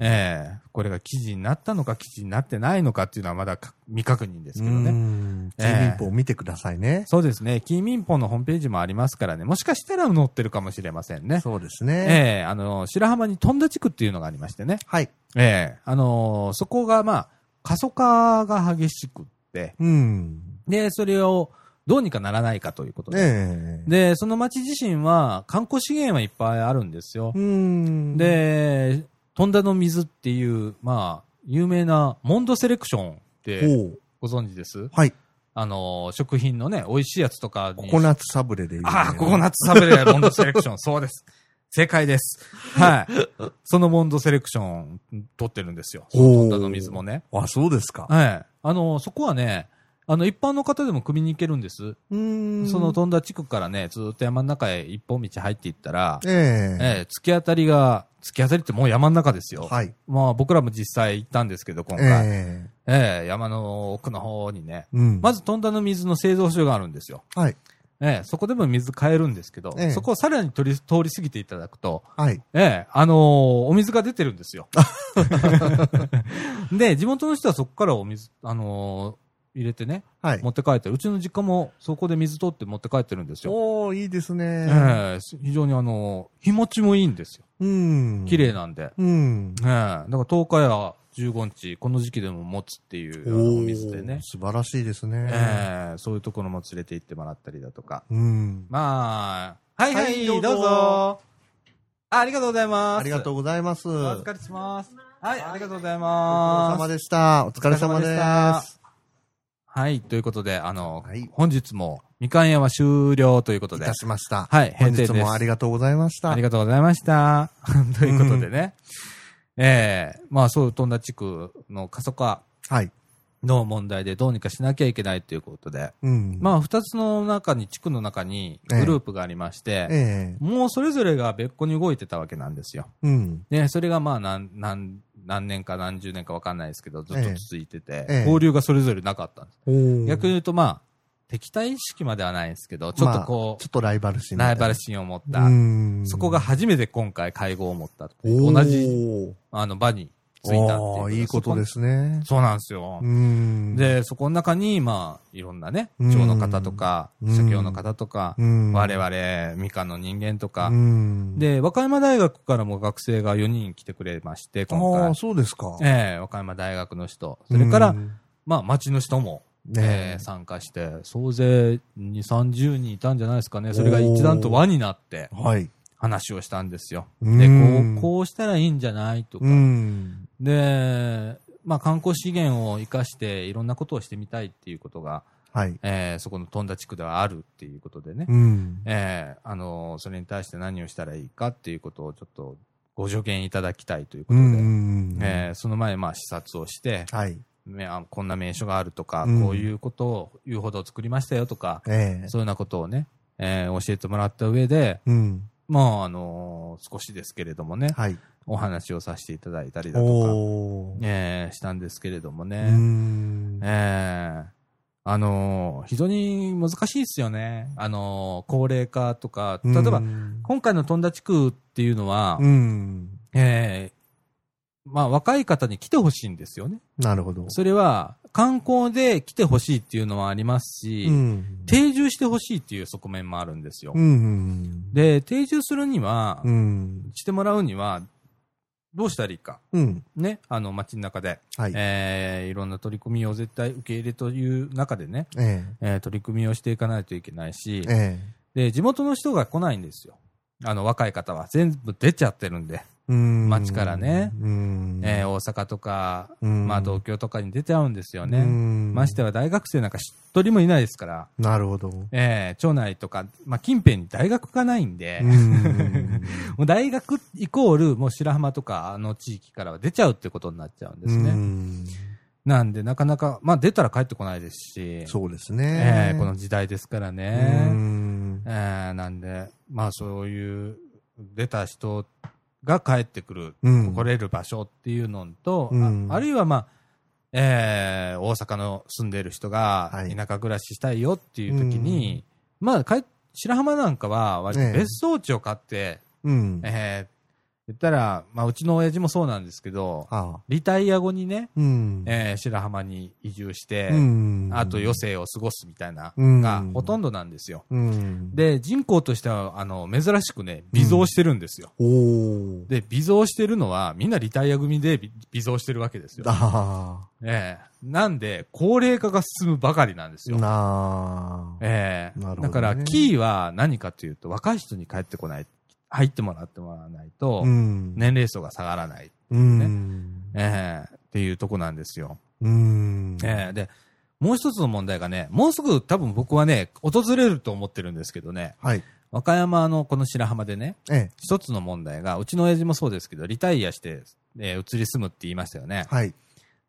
Speaker 2: ええ。
Speaker 1: ええこれが記事になったのか記事になってないのかっていうのはまだか未確認ですけどね。
Speaker 2: うん。
Speaker 1: え
Speaker 2: キ
Speaker 1: え
Speaker 2: ー民法を見てくださいね。
Speaker 1: そうですね。キーミンポンのホームページもありますからね。もしかしたら載ってるかもしれませんね。
Speaker 2: そうですね。
Speaker 1: ええあの、白浜に富田地区っていうのがありましてね。
Speaker 2: はい。
Speaker 1: ええあの、そこがまあ、過疎化が激しくって、
Speaker 2: うん。
Speaker 1: で、それをどうにかならないかということで。
Speaker 2: ええ。
Speaker 1: で、その町自身は観光資源はいっぱいあるんですよ。
Speaker 2: うん。、
Speaker 1: で、トンダの水っていう、まあ、有名なモンドセレクションって
Speaker 2: おう
Speaker 1: ご存知です
Speaker 2: はい。
Speaker 1: あの、食品のね、美味しいやつとか
Speaker 2: コ
Speaker 1: に。
Speaker 2: コナッツサブレで有名な
Speaker 1: ああ、ココナッツサブレやモンド セレクション。そうです。正解です。はい。そのモンドセレクション取ってるんですよ。
Speaker 2: ほう
Speaker 1: トンダの水もね。
Speaker 2: あ、そうですか。
Speaker 1: はい。あの、そこはね、あの、一般の方でも組みに行けるんです。
Speaker 2: うん
Speaker 1: その、飛んだ地区からね、ずーっと山の中へ一本道入っていったら、
Speaker 2: ええ。
Speaker 1: ええ、突き当たりが、突き当たりってもう山の中ですよ。
Speaker 2: はい。
Speaker 1: まあ僕らも実際行ったんですけど、今回。え
Speaker 2: ええ。
Speaker 1: え山の奥の方にね。
Speaker 2: うん。
Speaker 1: まず、トンダの水の製造所があるんですよ。
Speaker 2: はい。
Speaker 1: ええそこでも水買えるんですけど、
Speaker 2: ええ
Speaker 1: そこをさらに取り通り過ぎていただくと、
Speaker 2: はい。
Speaker 1: ええあのーお水が出てるんです よ。で、地元の人はそこからお水、あのー入れてね、
Speaker 2: はい
Speaker 1: 持。って帰ってる。うちの実家もそこで水取って持って帰ってるんですよ。
Speaker 2: おー、いいです
Speaker 1: え
Speaker 2: ね。
Speaker 1: え非常にあのー日持ちもいいんですよ。
Speaker 2: うん。
Speaker 1: 綺麗なんで。
Speaker 2: うん。
Speaker 1: ええだから10日や15日、この時期でも持つっていうお水でね
Speaker 2: ー、素晴らしいですね。
Speaker 1: ええそういうところも連れて行ってもらったりだとか。
Speaker 2: うん。
Speaker 1: まあ、はいは、
Speaker 2: はいい
Speaker 1: ど
Speaker 2: ど
Speaker 1: う
Speaker 2: うぞ
Speaker 1: ぞ。あありがとうございます。
Speaker 2: ありがとう
Speaker 1: う。
Speaker 2: ございます。お
Speaker 1: お
Speaker 2: 疲
Speaker 1: 疲れ様です。はい、ありがとうござい
Speaker 2: れ
Speaker 1: ま
Speaker 2: 様
Speaker 1: す。
Speaker 2: でした。お疲れ様
Speaker 1: お疲れ様
Speaker 2: で
Speaker 1: でし
Speaker 2: す。
Speaker 1: はい、ということで、あの、
Speaker 2: はい
Speaker 1: 本日もみかん屋は終了ということ
Speaker 2: い
Speaker 1: で
Speaker 2: た、しました。
Speaker 1: はい閉
Speaker 2: 本日
Speaker 1: 店です
Speaker 2: もありがとうございました。
Speaker 1: あり
Speaker 2: が
Speaker 1: がとうございました。 ということでね、ええまあそう、富田地区の過疎化
Speaker 2: はい。
Speaker 1: の問題でどうにかしなきゃいけないということで、
Speaker 2: うん。
Speaker 1: まあ二つの中に、地区の中にグループがありまして、
Speaker 2: ええ
Speaker 1: もうそれぞれが別個に動いてたわけなんですよ。
Speaker 2: うん。
Speaker 1: ね、それがまあ何、何、何年か何十年か分かんないですけど、ずっと続いてて、
Speaker 2: ええ
Speaker 1: 交流がそれぞれなかったんです。
Speaker 2: おー
Speaker 1: 逆に言うとまあ、敵対意識まではないんですけど、ちょっとこ
Speaker 2: まあちょっとライバル心
Speaker 1: う、
Speaker 2: みたい
Speaker 1: ラ
Speaker 2: な。
Speaker 1: イバル心を持っ
Speaker 2: う
Speaker 1: た、
Speaker 2: ん。
Speaker 1: そこが初めて今回会合を持った、
Speaker 2: おー、
Speaker 1: 同じあの場に着いた
Speaker 2: お
Speaker 1: っ
Speaker 2: ー
Speaker 1: ていう。。
Speaker 2: いいことですすね。
Speaker 1: そうなんですよ
Speaker 2: う。ん。、
Speaker 1: で、そこの中に、まあ、いろんなね、
Speaker 2: うん
Speaker 1: 町の方とか、
Speaker 2: うん
Speaker 1: 社協の方とか
Speaker 2: う、ん。
Speaker 1: 我々、みかんの人間とか
Speaker 2: う、ん。、
Speaker 1: で、和歌山大学からも学生が4人来てくれまして、今
Speaker 2: あ
Speaker 1: 回
Speaker 2: あ、。そうですか。
Speaker 1: ええ和歌山大学の人、それから、
Speaker 2: うん、
Speaker 1: まあ、町の人も、え
Speaker 2: ね
Speaker 1: え参加して、総勢2、30人いたんじゃないですかね。それが一段と輪になって
Speaker 2: はい。
Speaker 1: 話をしたんですよ。
Speaker 2: う
Speaker 1: で、こ
Speaker 2: ん
Speaker 1: う、こうしたらいいんじゃないとか
Speaker 2: う。ん。
Speaker 1: で、まあ、観光資源を生かしていろんなことをしてみたいっていうことが、
Speaker 2: はい。
Speaker 1: えーそこの富田地区ではあるっていうことでね、
Speaker 2: うん。
Speaker 1: えーあのーそれに対して何をしたらいいかっていうことをちょっとご助言いただきたいということで、
Speaker 2: ん
Speaker 1: えーその前、まあ、視察をして、
Speaker 2: はい。
Speaker 1: めあこんな名所があるとか、
Speaker 2: うん
Speaker 1: こういうことを言うほど作りましたよとか、
Speaker 2: ええ
Speaker 1: そういうようなことをね、えー教えてもらった上で、
Speaker 2: うん。
Speaker 1: もう、あのー少しですけれどもね、
Speaker 2: はい。
Speaker 1: お話をさせていただいたりだとか、
Speaker 2: おー。
Speaker 1: えーしたんですけれども
Speaker 2: う
Speaker 1: ね、
Speaker 2: ん。
Speaker 1: えーあのー非常に難しいですよね。あのー高齢化とか、例えば、
Speaker 2: うん
Speaker 1: 今回の富田地区っていうのは、
Speaker 2: うん。
Speaker 1: えーまあ、若い方に来てほしいんですよね。
Speaker 2: なるほど。
Speaker 1: それは、観光で来てほしいっていうのはありますし、
Speaker 2: うん。
Speaker 1: 定住してほしいっていう側面もあるんですよ。
Speaker 2: うん。
Speaker 1: で、定住するには、
Speaker 2: うん。
Speaker 1: してもらうには、どうしたらいいか。
Speaker 2: うん。
Speaker 1: ね、あの、街の中で、
Speaker 2: はい。え
Speaker 1: えーいろんな取り組みを絶対受け入れという中でね、
Speaker 2: え。
Speaker 1: えー取り組みをしていかないといけないし、
Speaker 2: ええ。
Speaker 1: で、地元の人が来ないんですよ。あの、若い方は。全部出ちゃってるんで、
Speaker 2: うん
Speaker 1: 街からね。
Speaker 2: うん。
Speaker 1: えー大阪とか、
Speaker 2: うん
Speaker 1: まあ、東京とかに出ちゃうんですよね。
Speaker 2: うん
Speaker 1: ましては大学生なんか一人もいないですから、
Speaker 2: なるほど。
Speaker 1: えー町内とか、まあ、近辺に大学がないんで、
Speaker 2: う
Speaker 1: も
Speaker 2: ん。
Speaker 1: う大学イコール、もう白浜とかあの地域からは出ちゃうってことになっちゃうんですね。
Speaker 2: うん
Speaker 1: なんで、なかなか、まあ、出たら帰ってこないですし、
Speaker 2: そうです
Speaker 1: え
Speaker 2: ね。
Speaker 1: ーこの時代ですから
Speaker 2: う
Speaker 1: ね。
Speaker 2: ん
Speaker 1: えーなんで、まあ、そういう、出た人が帰ってくる、
Speaker 2: うん
Speaker 1: 来れる場所っていうのと、
Speaker 2: うん
Speaker 1: ああるいは、まあ、えー大阪の住んでる人が
Speaker 2: は
Speaker 1: 田
Speaker 2: い
Speaker 1: 舎暮らししたいよっていう時に、まあ、帰白浜なんかは割と
Speaker 2: ええ
Speaker 1: 別荘地を買って、
Speaker 2: うん。
Speaker 1: えー言ったら、まあ、うちの親父もそうなんですけど、
Speaker 2: ああ。
Speaker 1: リタイア後にね、
Speaker 2: うん。
Speaker 1: えー白浜に移住して、
Speaker 2: うん
Speaker 1: あと余生を過ごすみたいな
Speaker 2: うん
Speaker 1: がほとんどなんですよ。
Speaker 2: うん。
Speaker 1: で、人口としては、あの、珍しくね、微増してるんですよ。
Speaker 2: おー。
Speaker 1: で、微増してるのは、みんなリタイア組で微微増してるわけですよ。
Speaker 2: あ
Speaker 1: ええなんで、高齢化が進むばかりなんです
Speaker 2: あ。
Speaker 1: よ。
Speaker 2: なあ。
Speaker 1: ええ
Speaker 2: なるほどね
Speaker 1: だから、キーは何かというと、若い人に帰ってこない、入ってもらってもらわないと
Speaker 2: う、ん。。
Speaker 1: 年齢層が下がらない、
Speaker 2: うん。
Speaker 1: ええっていうとこなんですよ。
Speaker 2: うん。
Speaker 1: ええで、もう一つの問題がね、もうすぐ多分僕はね、訪れると思ってるんですけどね、
Speaker 2: はい。
Speaker 1: 和歌山のこの白浜でね、
Speaker 2: ええ。
Speaker 1: 一つの問題が、うちの親父もそうですけど、リタイアして、えー移り住むって言いましたよね。
Speaker 2: はい。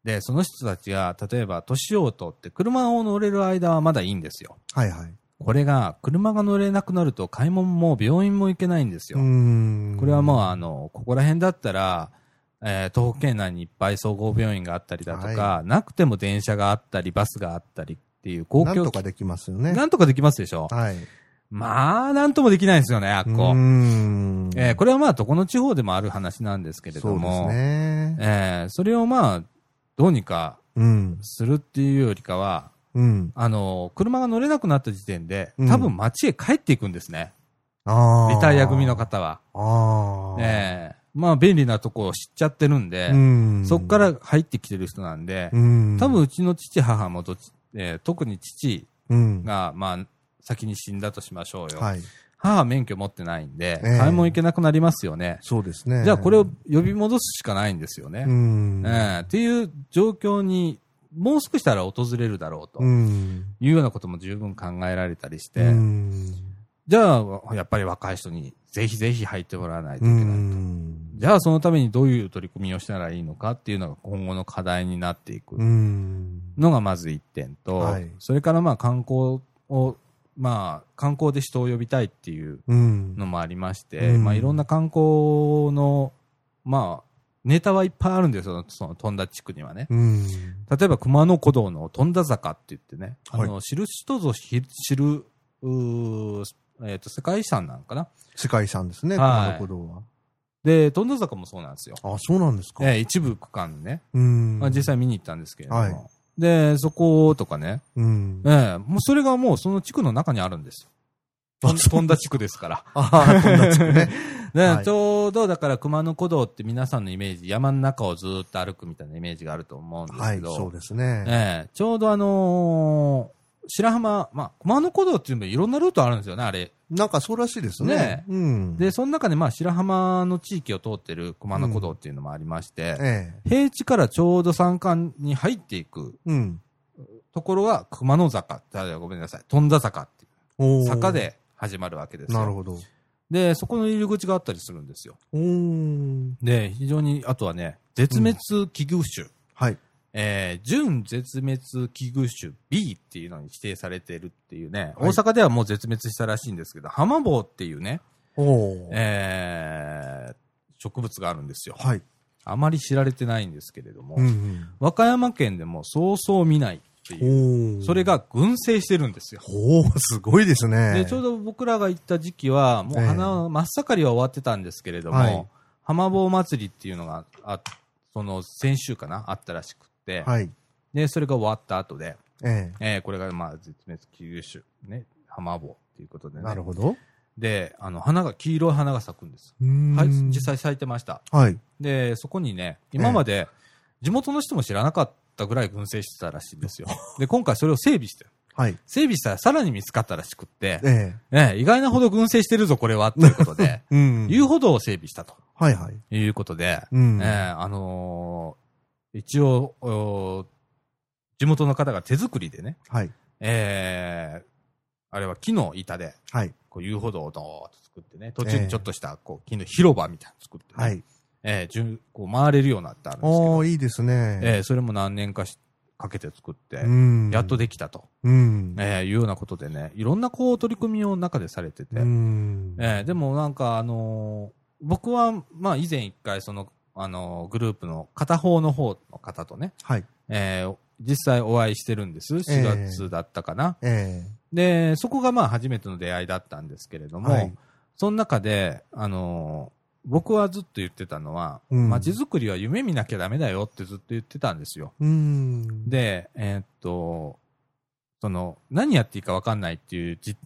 Speaker 1: で、その人たちが、例えば、年を取って、車を乗れる間はまだいいんですよ。
Speaker 2: はいはい。
Speaker 1: これが、車が乗れなくなると、買い物も病院も行けないんですよ。
Speaker 2: ん
Speaker 1: これはもう、
Speaker 2: う、
Speaker 1: あの、ここら辺だったら、えー東北県内にいっぱい総合病院があったりだとか、
Speaker 2: は
Speaker 1: なくても電車があったり、バスがあったりっていう公
Speaker 2: な
Speaker 1: 共
Speaker 2: んとかできますよね。
Speaker 1: なんとかできますでしょ
Speaker 2: はい。
Speaker 1: まあ、なんともできないんですよね、あっこ。
Speaker 2: ん
Speaker 1: えーこれはまあ、どこの地方でもある話なんですけれども、
Speaker 2: そうですね。
Speaker 1: えーそれをまあ、どうにか
Speaker 2: うん。
Speaker 1: するっていうよりかは、
Speaker 2: うん。
Speaker 1: あの、車が乗れなくなった時点で
Speaker 2: う、ん
Speaker 1: 多分街へ帰っていくんですね。
Speaker 2: ああ。
Speaker 1: リタイア組の。方は。
Speaker 2: ああ。
Speaker 1: ええまあ、便利なとこを知っちゃってるんで、
Speaker 2: うん。
Speaker 1: そこか、ら入ってきてる人なんで、
Speaker 2: うん。
Speaker 1: 多分、うちの父、母もどっち、えー特に父
Speaker 2: うん。
Speaker 1: が、まあ、先に死んだとしましょうよ。
Speaker 2: はい。
Speaker 1: 母は免許持ってないんで、
Speaker 2: ええ
Speaker 1: 買い物行けなくなりますよね。
Speaker 2: そうですね。
Speaker 1: じゃあこれを、呼び戻すしかないんですよね。
Speaker 2: うん。
Speaker 1: ええっていう状況に、もう少ししたら訪れるだろうと
Speaker 2: うん。
Speaker 1: いうようなことも十分考えられたりして、
Speaker 2: うん。
Speaker 1: じゃあ、やっぱり若い人にぜひぜひ入ってもらわないと
Speaker 2: う
Speaker 1: いけない。
Speaker 2: ん。
Speaker 1: じゃあ、そのためにどういう取り組みをしたらいいのかっていうのが今後の課題になっていく
Speaker 2: うん。
Speaker 1: のがまず一点と、
Speaker 2: はい
Speaker 1: それからまあ観光を、まあ観光で人を呼びたいっていう
Speaker 2: うん。
Speaker 1: のもありまして、
Speaker 2: うん
Speaker 1: まあいろんな観光の、まあネタはいっぱいあるんですよ、その富田地区にはね。
Speaker 2: うん。
Speaker 1: 例えば熊野古道の富田坂って言ってね、あの、
Speaker 2: は
Speaker 1: 知る人ぞ知知る、うーえっ、と、世界遺産なんかな。
Speaker 2: 世界遺産ですね、こ
Speaker 1: はい
Speaker 2: の頃は。
Speaker 1: で、富田坂もそうなんですよ。
Speaker 2: あ、そうなんですか。
Speaker 1: えー一部区間ね、
Speaker 2: うん。
Speaker 1: まあ、実際見に行ったんですけれども。
Speaker 2: はい
Speaker 1: で、そことかね、
Speaker 2: うん
Speaker 1: え。ーもうそれがもうその地区の中にあるんですよ。
Speaker 2: あ
Speaker 1: とんだ地区ですから。
Speaker 2: ああ、こんなつ くね。
Speaker 1: で、
Speaker 2: はい
Speaker 1: ちょうどだから熊野古道って皆さんのイメージ、山の中をずーっと歩くみたいなイメージがあると思うんです
Speaker 2: は
Speaker 1: け
Speaker 2: い、
Speaker 1: ど、
Speaker 2: そうですね。
Speaker 1: ええちょうどあの白浜、まあ、熊野古道っていうのもいろんなルートあるんですよね、あれ。
Speaker 2: なんかそうらしいですね。
Speaker 1: ね
Speaker 2: うん。
Speaker 1: で、その中で、まあ、白浜の地域を通ってる熊野古道っていうのもありまして、
Speaker 2: ええ。
Speaker 1: 平地からちょうど山間に入っていく
Speaker 2: うん。
Speaker 1: ところが熊野坂、あごめんなさい、富田坂っていう
Speaker 2: おー
Speaker 1: 坂。で始まるわけですよ。
Speaker 2: なるほど。
Speaker 1: で、そこの入り口があったりするんですよ。
Speaker 2: おー
Speaker 1: で、非常に、あとはね、絶滅危惧種、
Speaker 2: はい。
Speaker 1: えー、準絶滅危惧種 B っていうのに指定されてるっていうね、
Speaker 2: はい
Speaker 1: 大阪ではもう絶滅したらしいんですけど、ハマボウっていうね、
Speaker 2: おー
Speaker 1: えー、植物があるんですよ。
Speaker 2: はい。
Speaker 1: あまり知られてないんですけれども、
Speaker 2: うん
Speaker 1: 和歌山県でもそうそう見ないっていう、
Speaker 2: うん。おー
Speaker 1: それ。が群生してるんですよ。
Speaker 2: おーすごいですね。
Speaker 1: でちょうど僕らが行った時期は、もう花、
Speaker 2: ええ
Speaker 1: 真っ盛りは終わってたんですけれども、
Speaker 2: はい
Speaker 1: 浜坊祭りっていうのがあ、その先週かな、あったらしくって、
Speaker 2: はい。
Speaker 1: でそれが終わった後で、
Speaker 2: え
Speaker 1: えーこれがまあ絶滅危惧種、ね、浜坊ということで
Speaker 2: え。
Speaker 1: ね、
Speaker 2: なるほど。
Speaker 1: であの花が黄色い花が咲くんです、は、
Speaker 2: はい
Speaker 1: 実。際咲いてました、
Speaker 2: はい。
Speaker 1: でそこにね、今まで地元の人も知らなかったぐらい群生してたらしいんですよ、で今回それを整備して、
Speaker 2: はい。
Speaker 1: 整備したらさらに見つかったらしくって。
Speaker 2: ええ。
Speaker 1: ね、意外なほど群生してるぞ、これは、ということで、
Speaker 2: うん。
Speaker 1: 遊歩道を整備したと
Speaker 2: はいはい。
Speaker 1: いうことで、
Speaker 2: うん。
Speaker 1: えーあのー一応、おー地元の方が手作りでね、
Speaker 2: はい。
Speaker 1: えーあれは木の板で、
Speaker 2: はい。
Speaker 1: こう遊歩道をどーっと作ってね、途中にちょっとした、こう、木の広場みたいなの作って、ね、
Speaker 2: はい。
Speaker 1: えーじゅんこう回れるようになってあるんですけど、
Speaker 2: おーいいですね。
Speaker 1: えーそれも何年かしかけて作って、
Speaker 2: うん。
Speaker 1: やっとできたと、
Speaker 2: うん。
Speaker 1: えーいうようなことでね、いろんなこう取り組みを中でされてて、
Speaker 2: うん。
Speaker 1: ええでもなんかあのー僕は、まあ以前一回その、あのーグループの片方の方の方とね、
Speaker 2: はい。
Speaker 1: えー実際お会いしてるんです。4月だったかな。
Speaker 2: え
Speaker 1: で、そこがまあ初めての出会いだったんですけれど
Speaker 2: え。
Speaker 1: も、
Speaker 2: はい。
Speaker 1: その中で、あのー僕はずっと言ってたのは、
Speaker 2: うん
Speaker 1: 街づくりは夢見なきゃダメだよってずっと言ってたんですよ。
Speaker 2: うん。、
Speaker 1: で、えーっと、その、何やっていいかわかんないっていうじっ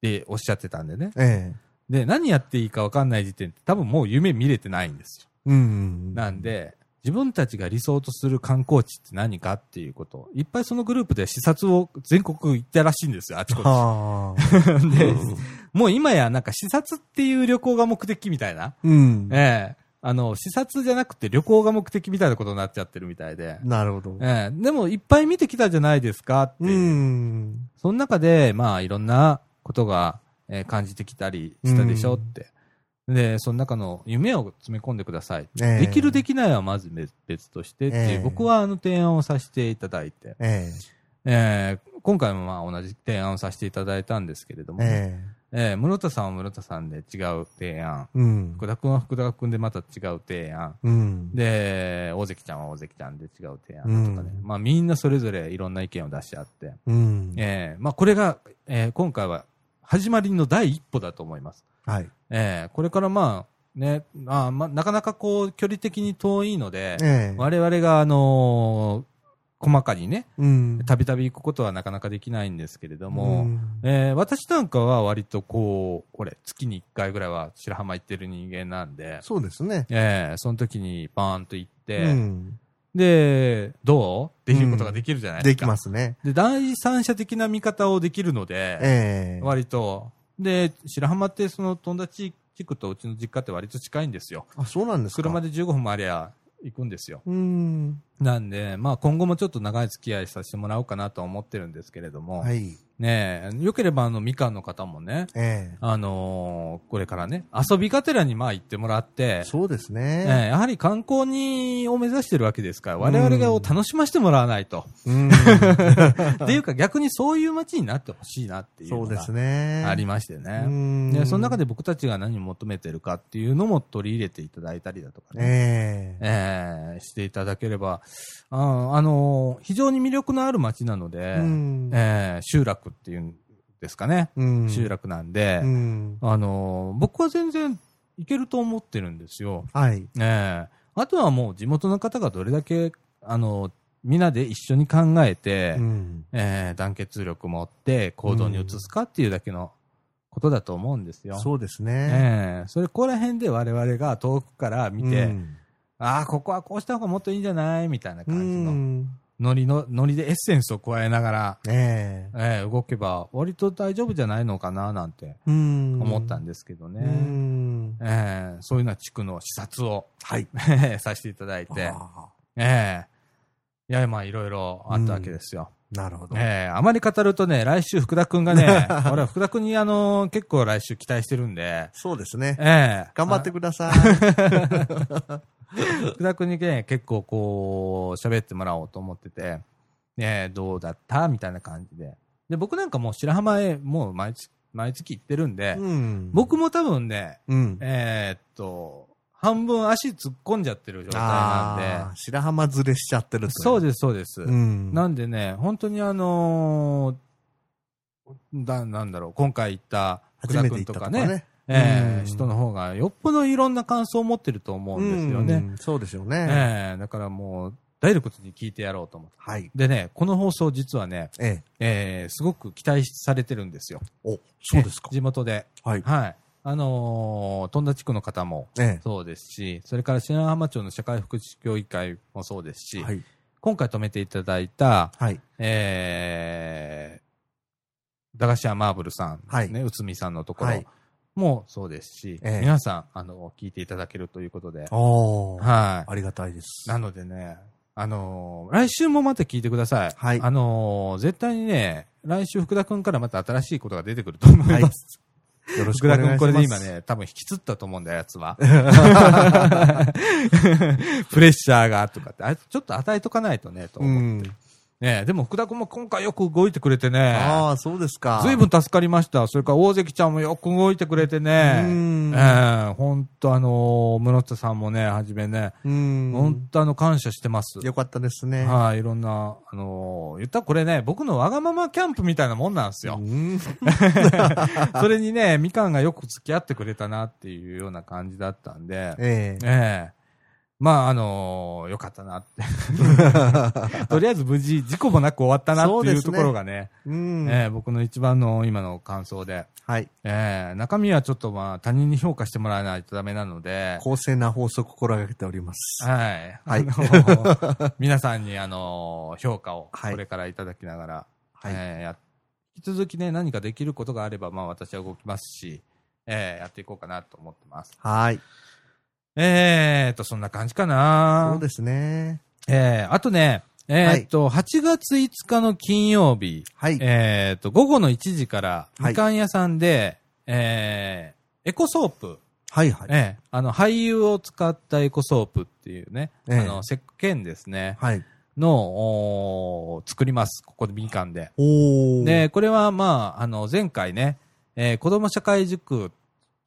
Speaker 1: ておっしゃってたんでね。
Speaker 2: ええ。
Speaker 1: で、何やっていいか分かんない時点って多分もう夢見れてないんですよ。
Speaker 2: うん。
Speaker 1: なん、で、自分たちが理想とする観光地って何かっていうことをいっぱいそのグループで視察を全国行ったらしいんですよ、あちこ
Speaker 2: はあ。
Speaker 1: ち。 で、もう今やなんか視察っていう旅行が目的みたいな。
Speaker 2: うん。
Speaker 1: ええあの、視察じゃなくて旅行が目的みたいなことになっちゃってるみたいで。
Speaker 2: なるほど。
Speaker 1: ええでもいっぱい見てきたじゃないですかって
Speaker 2: う
Speaker 1: いう。
Speaker 2: ん。
Speaker 1: その中で、まあ、いろんなことが、えー感じてきたりしたでしょって。で、その中の夢を詰め込んでください。
Speaker 2: ええ
Speaker 1: できるできないはまず別別としてっていう、
Speaker 2: ええ
Speaker 1: 僕はあの提案をさせていただいて、
Speaker 2: え
Speaker 1: えー今回もまあ同じ提案をさせていただいたんですけれど
Speaker 2: え。
Speaker 1: も、え
Speaker 2: え
Speaker 1: ー室田さんは室田さんで違う提案、
Speaker 2: え。うん
Speaker 1: 福。田君は福田君でまた違う提案、
Speaker 2: うん。
Speaker 1: で、大関ちゃんは大関ちゃんで違う提案とかね、
Speaker 2: うん
Speaker 1: まあみんなそれぞれいろんな意見を出し合って、
Speaker 2: うん。
Speaker 1: えーまあ、これが、えー今回は始まりの第一歩だと思います。
Speaker 2: はい。
Speaker 1: えーこれからまあ、ね、あーまあ、なかなかこう、距離的に遠いので、
Speaker 2: ええ。
Speaker 1: 我々が、あのー細かにね、
Speaker 2: うん。
Speaker 1: たびたび行くことはなかなかできないんですけれども、
Speaker 2: うん
Speaker 1: えー私なんかは割とこう、これ、月に1回ぐらいは白浜行ってる人間なんで、
Speaker 2: そうですね。
Speaker 1: えーその時にバーンと行って、
Speaker 2: うん。
Speaker 1: で、どうっていうことができるじゃないで
Speaker 2: ですき
Speaker 1: か。
Speaker 2: ますね。
Speaker 1: で、第三者的な見方をできるので、
Speaker 2: ええ。
Speaker 1: 割と。で、白浜ってその飛んだ地区とうちの実家って割と近いんですよ。
Speaker 2: あ、そうなんですか。
Speaker 1: 車で15分もありゃ行くんですよ。
Speaker 2: うん。
Speaker 1: なんで、まあ今後もちょっと長い付き合いさせてもらおうかなとは思ってるんですけれども、
Speaker 2: はい。
Speaker 1: ねえ、よければあのみかんの方もね、
Speaker 2: え
Speaker 1: あのーこれからね、遊びがてらにまあ行ってもらっ
Speaker 2: え。
Speaker 1: て、
Speaker 2: そうです
Speaker 1: ええ
Speaker 2: ね。
Speaker 1: やはり観光にを目指してるわけですから、我々がを楽しませてもらわないと。
Speaker 2: うん。
Speaker 1: っていうか逆にそういう街になってほしいなっていう
Speaker 2: そ
Speaker 1: の
Speaker 2: うです
Speaker 1: が
Speaker 2: ね。
Speaker 1: ありましてね。
Speaker 2: うん
Speaker 1: で、その中で僕たちが何を求めてるかっていうのも取り入れていただいたりだとかね、
Speaker 2: ええ。
Speaker 1: えーしていただければ、ああのー非常に魅力のある街なので、
Speaker 2: うん
Speaker 1: えー集落っていうんですかね、
Speaker 2: うん
Speaker 1: 集落なんで、
Speaker 2: うん。
Speaker 1: あのー僕は全然いけると思ってるんですよ。
Speaker 2: はい。
Speaker 1: えーあとはもう地元の方がどれだけ、あのーみんなで一緒に考えて、
Speaker 2: うん。
Speaker 1: えー団結力持って行動に移すかっていうだけのことだと思うんですよ。
Speaker 2: そうですね。
Speaker 1: ええそれ、ここら辺で我々が遠くから見て、
Speaker 2: うん
Speaker 1: ああ、ここはこうした方がもっといいんじゃないみたいな
Speaker 2: う
Speaker 1: 感じの、
Speaker 2: ん。
Speaker 1: ノリの、ノリでエッセンスを加えながら、
Speaker 2: ええ
Speaker 1: えー動けば、割と大丈夫じゃないのかな、なんて
Speaker 2: うん。
Speaker 1: 思ったん
Speaker 2: で
Speaker 1: ですけど
Speaker 2: すう
Speaker 1: ね。
Speaker 2: ん。
Speaker 1: えーそういうのは地区の視察を、
Speaker 2: はい。
Speaker 1: させていただいて、
Speaker 2: あ
Speaker 1: ええいや、まあ、いろいろあったわけですよ。
Speaker 2: ーなるほど。
Speaker 1: ええあまり語るとね、来週福田くん がね、俺は福田くんにあの、結構来週期待してるんで、
Speaker 2: そうですね。
Speaker 1: ええ
Speaker 2: 頑張ってください。
Speaker 1: 福田君にね、結構こう、喋ってもらおうと思ってて、ねえ、どうだったみたいな感じで。で、僕なんかもう白浜へ、もう毎月、毎月行ってるんで、
Speaker 2: うん。
Speaker 1: 僕も多分ね、
Speaker 2: うん。
Speaker 1: えーっと、半分足突っ込んじゃってる状態なん
Speaker 2: あ
Speaker 1: で
Speaker 2: あ、、白浜ずれしちゃってるとい
Speaker 1: そうです、そうです。
Speaker 2: うん。
Speaker 1: なんでね、本当にあのーだ、なんだろう、今回行った福
Speaker 2: 初
Speaker 1: 田
Speaker 2: めて
Speaker 1: 君
Speaker 2: 行っ
Speaker 1: と
Speaker 2: たと
Speaker 1: か
Speaker 2: か
Speaker 1: ね、
Speaker 2: ね。
Speaker 1: え
Speaker 2: う
Speaker 1: ー、
Speaker 2: ん
Speaker 1: 人の方がよっぽどいろんな感想を持ってると思うんですよね。
Speaker 2: うん。そうですよね。
Speaker 1: ええだからもう、ダイレクトに聞いてやろうと思って。
Speaker 2: はい。
Speaker 1: でね、この放送実はね、
Speaker 2: ええ。
Speaker 1: えー、すごく期待されてるんですよ。
Speaker 2: お、そうですか
Speaker 1: え。地元で。
Speaker 2: はい。
Speaker 1: はい。あのー、富田地区の方も
Speaker 2: え
Speaker 1: そうですし、それから白浜町の社会福祉協議会もそうです
Speaker 2: え。
Speaker 1: し、
Speaker 2: はい。
Speaker 1: 今回止めていただいた、
Speaker 2: はい。
Speaker 1: えー、駄菓子屋マーブルさん、
Speaker 2: はい
Speaker 1: ね、内海さんのところ、
Speaker 2: はい
Speaker 1: もそうですし、
Speaker 2: ええ
Speaker 1: 皆さん、あの、聞いていただけるということで、
Speaker 2: おー。
Speaker 1: はい。
Speaker 2: ありがたいです。
Speaker 1: なのでね、あのー来週もまた聞いてください。
Speaker 2: はい
Speaker 1: あのー絶対にね、来週福田くんからまた新しいことが出てくると思 います。
Speaker 2: よろしく
Speaker 1: 福
Speaker 2: お
Speaker 1: 田
Speaker 2: 願いし
Speaker 1: く
Speaker 2: ま
Speaker 1: ん
Speaker 2: す。
Speaker 1: これで今。ね、多分引きつったと思うんだよ、やつは。 プレッシャーが、とかって。あいつちょっと与えとかないとね、と。
Speaker 2: うん。
Speaker 1: ねでも福田くんも今回よく動いてくれてね。
Speaker 2: ああ、そうですか。
Speaker 1: ずいぶん助かりました。それから大関ちゃんもよく動いてくれてね。
Speaker 2: うん
Speaker 1: ええほんとあのー、室田さんもね、はじめね、
Speaker 2: うん。
Speaker 1: ほんとあの、感謝してます。
Speaker 2: よかったですね。
Speaker 1: はい、いろんな、あのー言ったらこれね、僕のわがままキャンプみたいなもんなんですよ
Speaker 2: う。ん。
Speaker 1: それにね、みかんがよく付き合ってくれたなっていうような感じだったんで、え
Speaker 2: ええ。
Speaker 1: えまあ、あのーよかったなって。 とりあえず無事、事故もなく終わったなっていうところがね、
Speaker 2: うん。
Speaker 1: ええ僕の一番の今の感想で、
Speaker 2: はい。
Speaker 1: ええ中身はちょっとまあ、他人に評価してもらわないとダメなので、
Speaker 2: 公正な法則を心がけております。
Speaker 1: はい。
Speaker 2: はい
Speaker 1: あの ー皆さんに、あのー評価を
Speaker 2: はい
Speaker 1: これからいただきながら、
Speaker 2: はい
Speaker 1: えーや引き続きね、何かできることがあれば、まあ私は動きますし、えーやっていこうかなと思ってます。
Speaker 2: はい。
Speaker 1: えーっと、そんな感じかな
Speaker 2: そうですね。
Speaker 1: えーあとね、えーっと、8月5日の金曜日、
Speaker 2: はい。
Speaker 1: えーっと、午後の1時から、
Speaker 2: はい
Speaker 1: みかん屋さんで、えーエコソープ、
Speaker 2: はいはい。
Speaker 1: ええあの、俳優を使ったエコソープっていうね、
Speaker 2: ええ
Speaker 1: あの、石鹸ですね、
Speaker 2: はい。
Speaker 1: の、おー作ります。ここでみかんで。
Speaker 2: おー。
Speaker 1: で、これは、まあ、あの、前回ね、えー子供社会塾、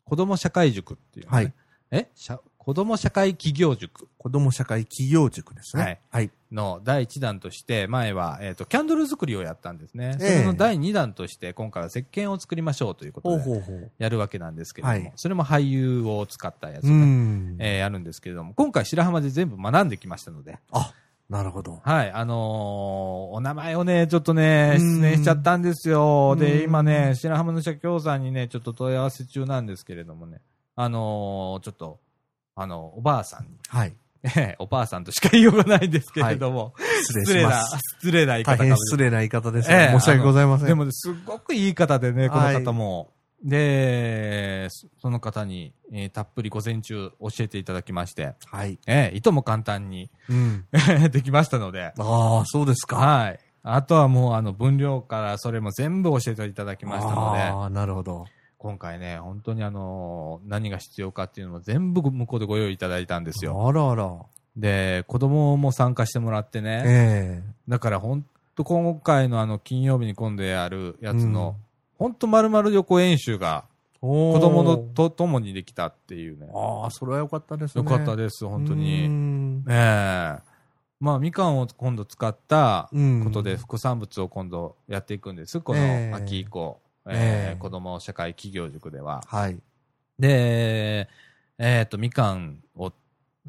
Speaker 1: 子供社会塾っていう、ね。
Speaker 2: はい。
Speaker 1: え社子供社会企業塾
Speaker 2: 子供社会企業塾ですね。
Speaker 1: はい。
Speaker 2: はい。
Speaker 1: の第1弾として、前は、えっ、と、キャンドル作りをやったんですね。
Speaker 2: ええ
Speaker 1: それの第2弾として、今回は石鹸を作りましょうということ
Speaker 2: ほう
Speaker 1: で、
Speaker 2: ほうほう。
Speaker 1: やるわけなんですけれども、
Speaker 2: はい
Speaker 1: それも俳優を使ったやつ
Speaker 2: う
Speaker 1: ね、
Speaker 2: ん。
Speaker 1: えーやるんですけれども、今回白浜で全部学んできましたので、
Speaker 2: あ、なるほど。
Speaker 1: はい、あのーお名前をね、ちょっとね、
Speaker 2: うん
Speaker 1: 失念しちゃったんですよ。
Speaker 2: うん
Speaker 1: で、今ね、白浜の社協さんにね、ちょっと問い合わせ中なんですけれどもね、あのーちょっと、あの、おばあさんに、
Speaker 2: はい。
Speaker 1: ええおばあさんとしか言いようがないんですけれども、失
Speaker 2: 失礼し
Speaker 1: 礼
Speaker 2: ま
Speaker 1: な
Speaker 2: す。、
Speaker 1: 失礼な言い方
Speaker 2: 大
Speaker 1: か
Speaker 2: 変
Speaker 1: も
Speaker 2: 失
Speaker 1: し
Speaker 2: 礼な言い方です
Speaker 1: え
Speaker 2: ね。
Speaker 1: え
Speaker 2: 申し訳ございません。
Speaker 1: れない。でも、すごくいい方でね、この方も。で、そその方に、えーたっぷり午前中教えていただきまして、
Speaker 2: はい。
Speaker 1: ええいとも簡単に
Speaker 2: うん。
Speaker 1: できましたので、
Speaker 2: ああ、そうですか。
Speaker 1: はい。あとはもう、あの、分量からそれも全部教えていただきましたので、
Speaker 2: ああ、なるほど。
Speaker 1: 今回ね、本当にあのー、何が必要かっていうのも全部向こうでご用意いただいたんですよ。
Speaker 2: あらあら。
Speaker 1: で、子供も参加してもらってね、
Speaker 2: え
Speaker 1: だから本当今回のあの、金曜日に今度やるやつの、本当丸々予行演習が
Speaker 2: えお
Speaker 1: 子
Speaker 2: ー
Speaker 1: 供のと共にできたっていうね。
Speaker 2: ああ、それは良かったですね。
Speaker 1: よかった
Speaker 2: で
Speaker 1: です、本当
Speaker 2: う
Speaker 1: に。
Speaker 2: ん。
Speaker 1: ええまあ、みかんを今度使った
Speaker 2: うん
Speaker 1: ことで副産物を今度やっていくんです、こ
Speaker 2: ええ
Speaker 1: の秋以降、え
Speaker 2: え
Speaker 1: ー
Speaker 2: え
Speaker 1: 子ども社会企業塾では。
Speaker 2: はい。
Speaker 1: で、えっとみかんを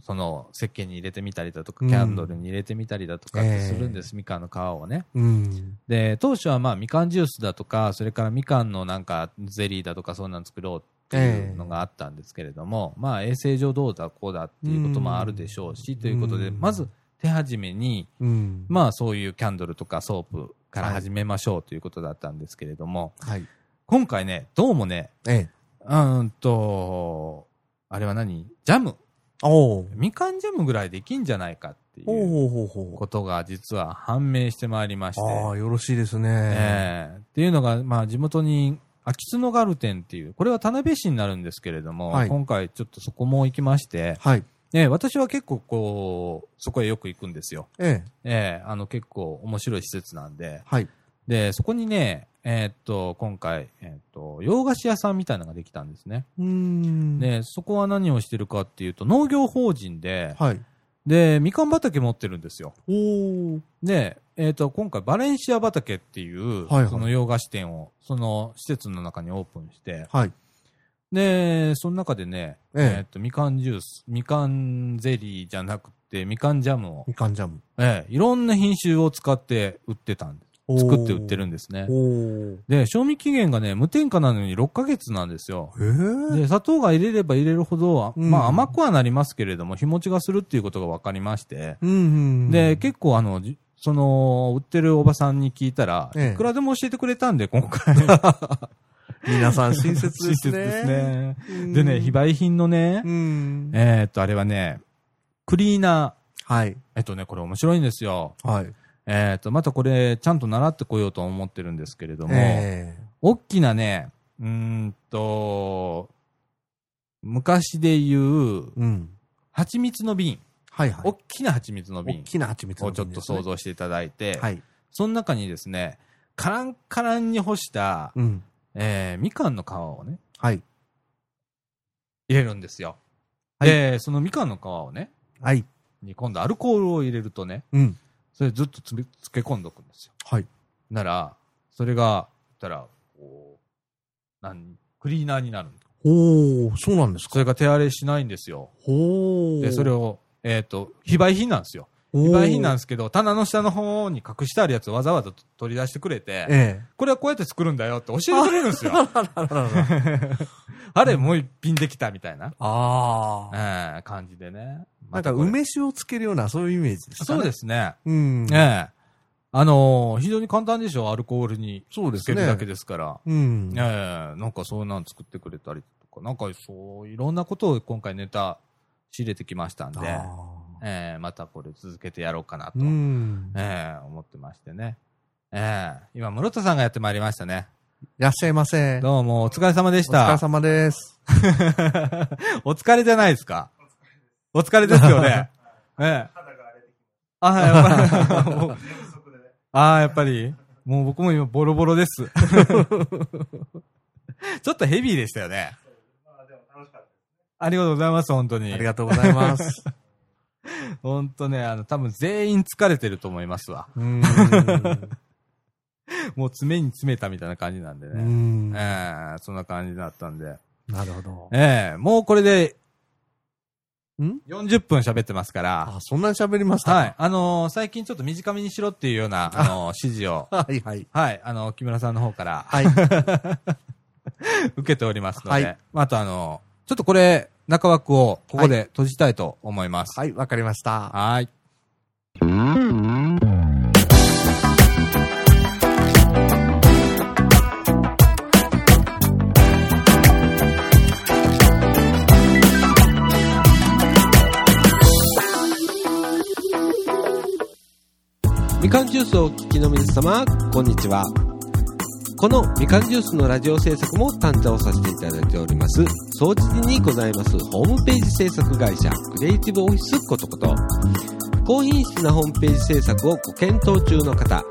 Speaker 1: その石鹸に入れてみたりだとか、
Speaker 2: うん
Speaker 1: キャンドルに入れてみたりだとかっ
Speaker 2: ええ
Speaker 1: てするんです、みかんの皮をね。
Speaker 2: うん。
Speaker 1: で、当初はまあみかんジュースだとか、それからみかんのなんかゼリーだとか、そんなの作ろうっていうのがあったんですけれども、まあ衛生上どうだこうだっていうこともあるでしょうし、ということで、
Speaker 2: うん
Speaker 1: まず手始めに、
Speaker 2: うん。
Speaker 1: まあそういうキャンドルとかソープから始めましょうということだったんですけれども、
Speaker 2: はい。
Speaker 1: 今回ね、どうもね、
Speaker 2: ええ。
Speaker 1: うーんと、あれは何ジャム。
Speaker 2: おお。
Speaker 1: みかんジャムぐらいできんじゃないかってい
Speaker 2: ほう
Speaker 1: う
Speaker 2: ほうほうほ
Speaker 1: ことが実は判明してまいりまし
Speaker 2: う。
Speaker 1: て、
Speaker 2: ああ、よろしいですね。
Speaker 1: ええっていうのが、まあ地元に、秋津野ガルテンっていう、これは田辺市になるんですけれども、
Speaker 2: はい
Speaker 1: 今回ちょっとそこも行きまして、
Speaker 2: はい。
Speaker 1: ね、私は結構こう、そこへよく行くんですよ。
Speaker 2: ええ。
Speaker 1: ええあの結構面白い施設なんで、
Speaker 2: はい。
Speaker 1: で、そこにね、えーっと、今回、えーっと、洋菓子屋さんみたいなのができたんですね。
Speaker 2: うーん。。
Speaker 1: で、そこは何をしてるかっていうと、農業法人で、
Speaker 2: はい。
Speaker 1: で、みかん畑持ってるんですよ。
Speaker 2: おお。
Speaker 1: で、えーっと、今回、バレンシア畑っていう、
Speaker 2: はいはい
Speaker 1: その洋菓子店を、その施設の中にオープンして、
Speaker 2: はい。
Speaker 1: で、その中でね、え
Speaker 2: ええ
Speaker 1: ーっと、みかんジュース、みかんゼリーじゃなくて、みかんジャムを、
Speaker 2: みかんジャム。
Speaker 1: ええいろんな品種を使って売ってたんで
Speaker 2: おー
Speaker 1: す。作って売ってるんですね。
Speaker 2: おお。
Speaker 1: で、賞味期限がね、無添加なのに6ヶ月なんですよ。
Speaker 2: ええ
Speaker 1: で、砂糖が入れれば入れるほどは、
Speaker 2: うん
Speaker 1: まあ甘くはなりますけれども、日持ちがするっていうことが分かりまして、
Speaker 2: うんうん。
Speaker 1: で、結構あの、じその、売ってるおばさんに聞いたら、
Speaker 2: ええ
Speaker 1: いくらでも教えてくれたんで、今回。
Speaker 2: 皆さん親切ですね。
Speaker 1: 親切ね
Speaker 2: うん
Speaker 1: でね、非。売品のね
Speaker 2: う、ん。
Speaker 1: えーっと、あれはね、クリーナー。
Speaker 2: はい。
Speaker 1: えっとね、これ面白いんですよ。
Speaker 2: はい。
Speaker 1: えーっと、またこれ、ちゃんと習ってこようと思ってるんですけれども、
Speaker 2: え
Speaker 1: 大きなね、うーんと、昔で言う
Speaker 2: え、うん。
Speaker 1: 蜂蜜の瓶、
Speaker 2: はいはい。
Speaker 1: 大きな蜂蜜の
Speaker 2: 大
Speaker 1: 瓶
Speaker 2: きな蜂蜜の
Speaker 1: をちょ
Speaker 2: 瓶
Speaker 1: っ
Speaker 2: で
Speaker 1: と
Speaker 2: すね
Speaker 1: 想像していただいて、
Speaker 2: はい。
Speaker 1: その中にですね、カランカランに干した、
Speaker 2: うん。
Speaker 1: えーみかんの皮をね、
Speaker 2: はい。
Speaker 1: 入れるんですよ。
Speaker 2: はい
Speaker 1: で、そのみかんの皮をね、
Speaker 2: はい。
Speaker 1: に今度アルコールを入れるとね、
Speaker 2: うん。
Speaker 1: それずっとつめ漬け込んどくんですよ。
Speaker 2: はい。
Speaker 1: なら、それが、たら、こう、何、クリーナーになるんです。
Speaker 2: おお、そうなんですか。
Speaker 1: それが手荒れしないんですよ。
Speaker 2: おお。
Speaker 1: で、それ
Speaker 2: を、
Speaker 1: を、えっ、と、非売品なんですよ。
Speaker 2: 非
Speaker 1: 非売品なん
Speaker 2: で
Speaker 1: ですけど、棚の下の方に隠してあるやつをわざわざ取り出してくれて、
Speaker 2: え
Speaker 1: これはこうやって作るんだよって教えてくれるん ですよ。あ
Speaker 2: え。
Speaker 1: れ、もう一品できたみたいな、
Speaker 2: あ あ。
Speaker 1: ええ感じでね。
Speaker 2: な
Speaker 1: ま
Speaker 2: んか、
Speaker 1: たこれ
Speaker 2: 梅酒をつけるような、そういうイメージですかね。。
Speaker 1: そうですすね。
Speaker 2: うん。
Speaker 1: ええあのー非常に簡単でしょ、アルコールに
Speaker 2: そうで
Speaker 1: つ
Speaker 2: す
Speaker 1: け
Speaker 2: ね。
Speaker 1: るだけですから。
Speaker 2: うん。
Speaker 1: ええなんかそういうの作ってくれたりとか、なんかそう、いろんなことを今回ネタ仕入れてきましたんで、
Speaker 2: あー
Speaker 1: ええまたこれ続けてやろうかなと。
Speaker 2: うん。
Speaker 1: ええ思ってましてね。ええ今、室田さんがやってまいりましたね。
Speaker 2: いらっしゃいませ。
Speaker 1: どうも、お疲れ様でし
Speaker 2: お疲れ
Speaker 1: た。
Speaker 2: 様です。
Speaker 1: お疲れじゃないですか。お疲れですよ ね。ええあ、はい やっぱり。ああ、やっぱり。もう僕も今ボロボロ です。ちょっとヘビーでしたよね。ありがとうございます、本当に
Speaker 2: あり。がとうござ います。
Speaker 1: 本当ね、あの、多分全員疲れてると思いますわ。
Speaker 2: うん。
Speaker 1: もう詰めに詰めたみたいな感じなんで
Speaker 2: う
Speaker 1: ね。
Speaker 2: ん。
Speaker 1: え
Speaker 2: な
Speaker 1: えそんな感じだったんで。
Speaker 2: るほど。
Speaker 1: ええもうこれで、
Speaker 2: ん
Speaker 1: 40分喋ってますから、
Speaker 2: あ、そんなに喋りました
Speaker 1: はい。あのー最近ちょっと短めにしろっていうような、あのー指示を、
Speaker 2: はいはい。
Speaker 1: はい、あのー木村さんの方から、
Speaker 2: はい。
Speaker 1: 受けておりますので、
Speaker 2: はい
Speaker 1: またあのーちょっとこれ、中枠をここで閉じたいと思います。
Speaker 2: はい、わかりました。
Speaker 1: はい。
Speaker 3: みかんジュースをお聞きの皆様、こんにちは。このみかんジュースのラジオ制作も担当させていただいております、総知事にございますホームページ制作会社、クリエイティブオフィスことこと。高品質なホームページ制作をご検討中の方、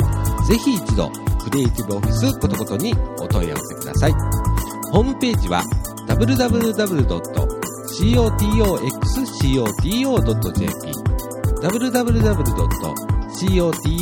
Speaker 3: ぜひ一度、クリエイティブオフィスことことにお問い合わせください。ホームページは www.cotoxcoto.jp www.cotoxcoto.jp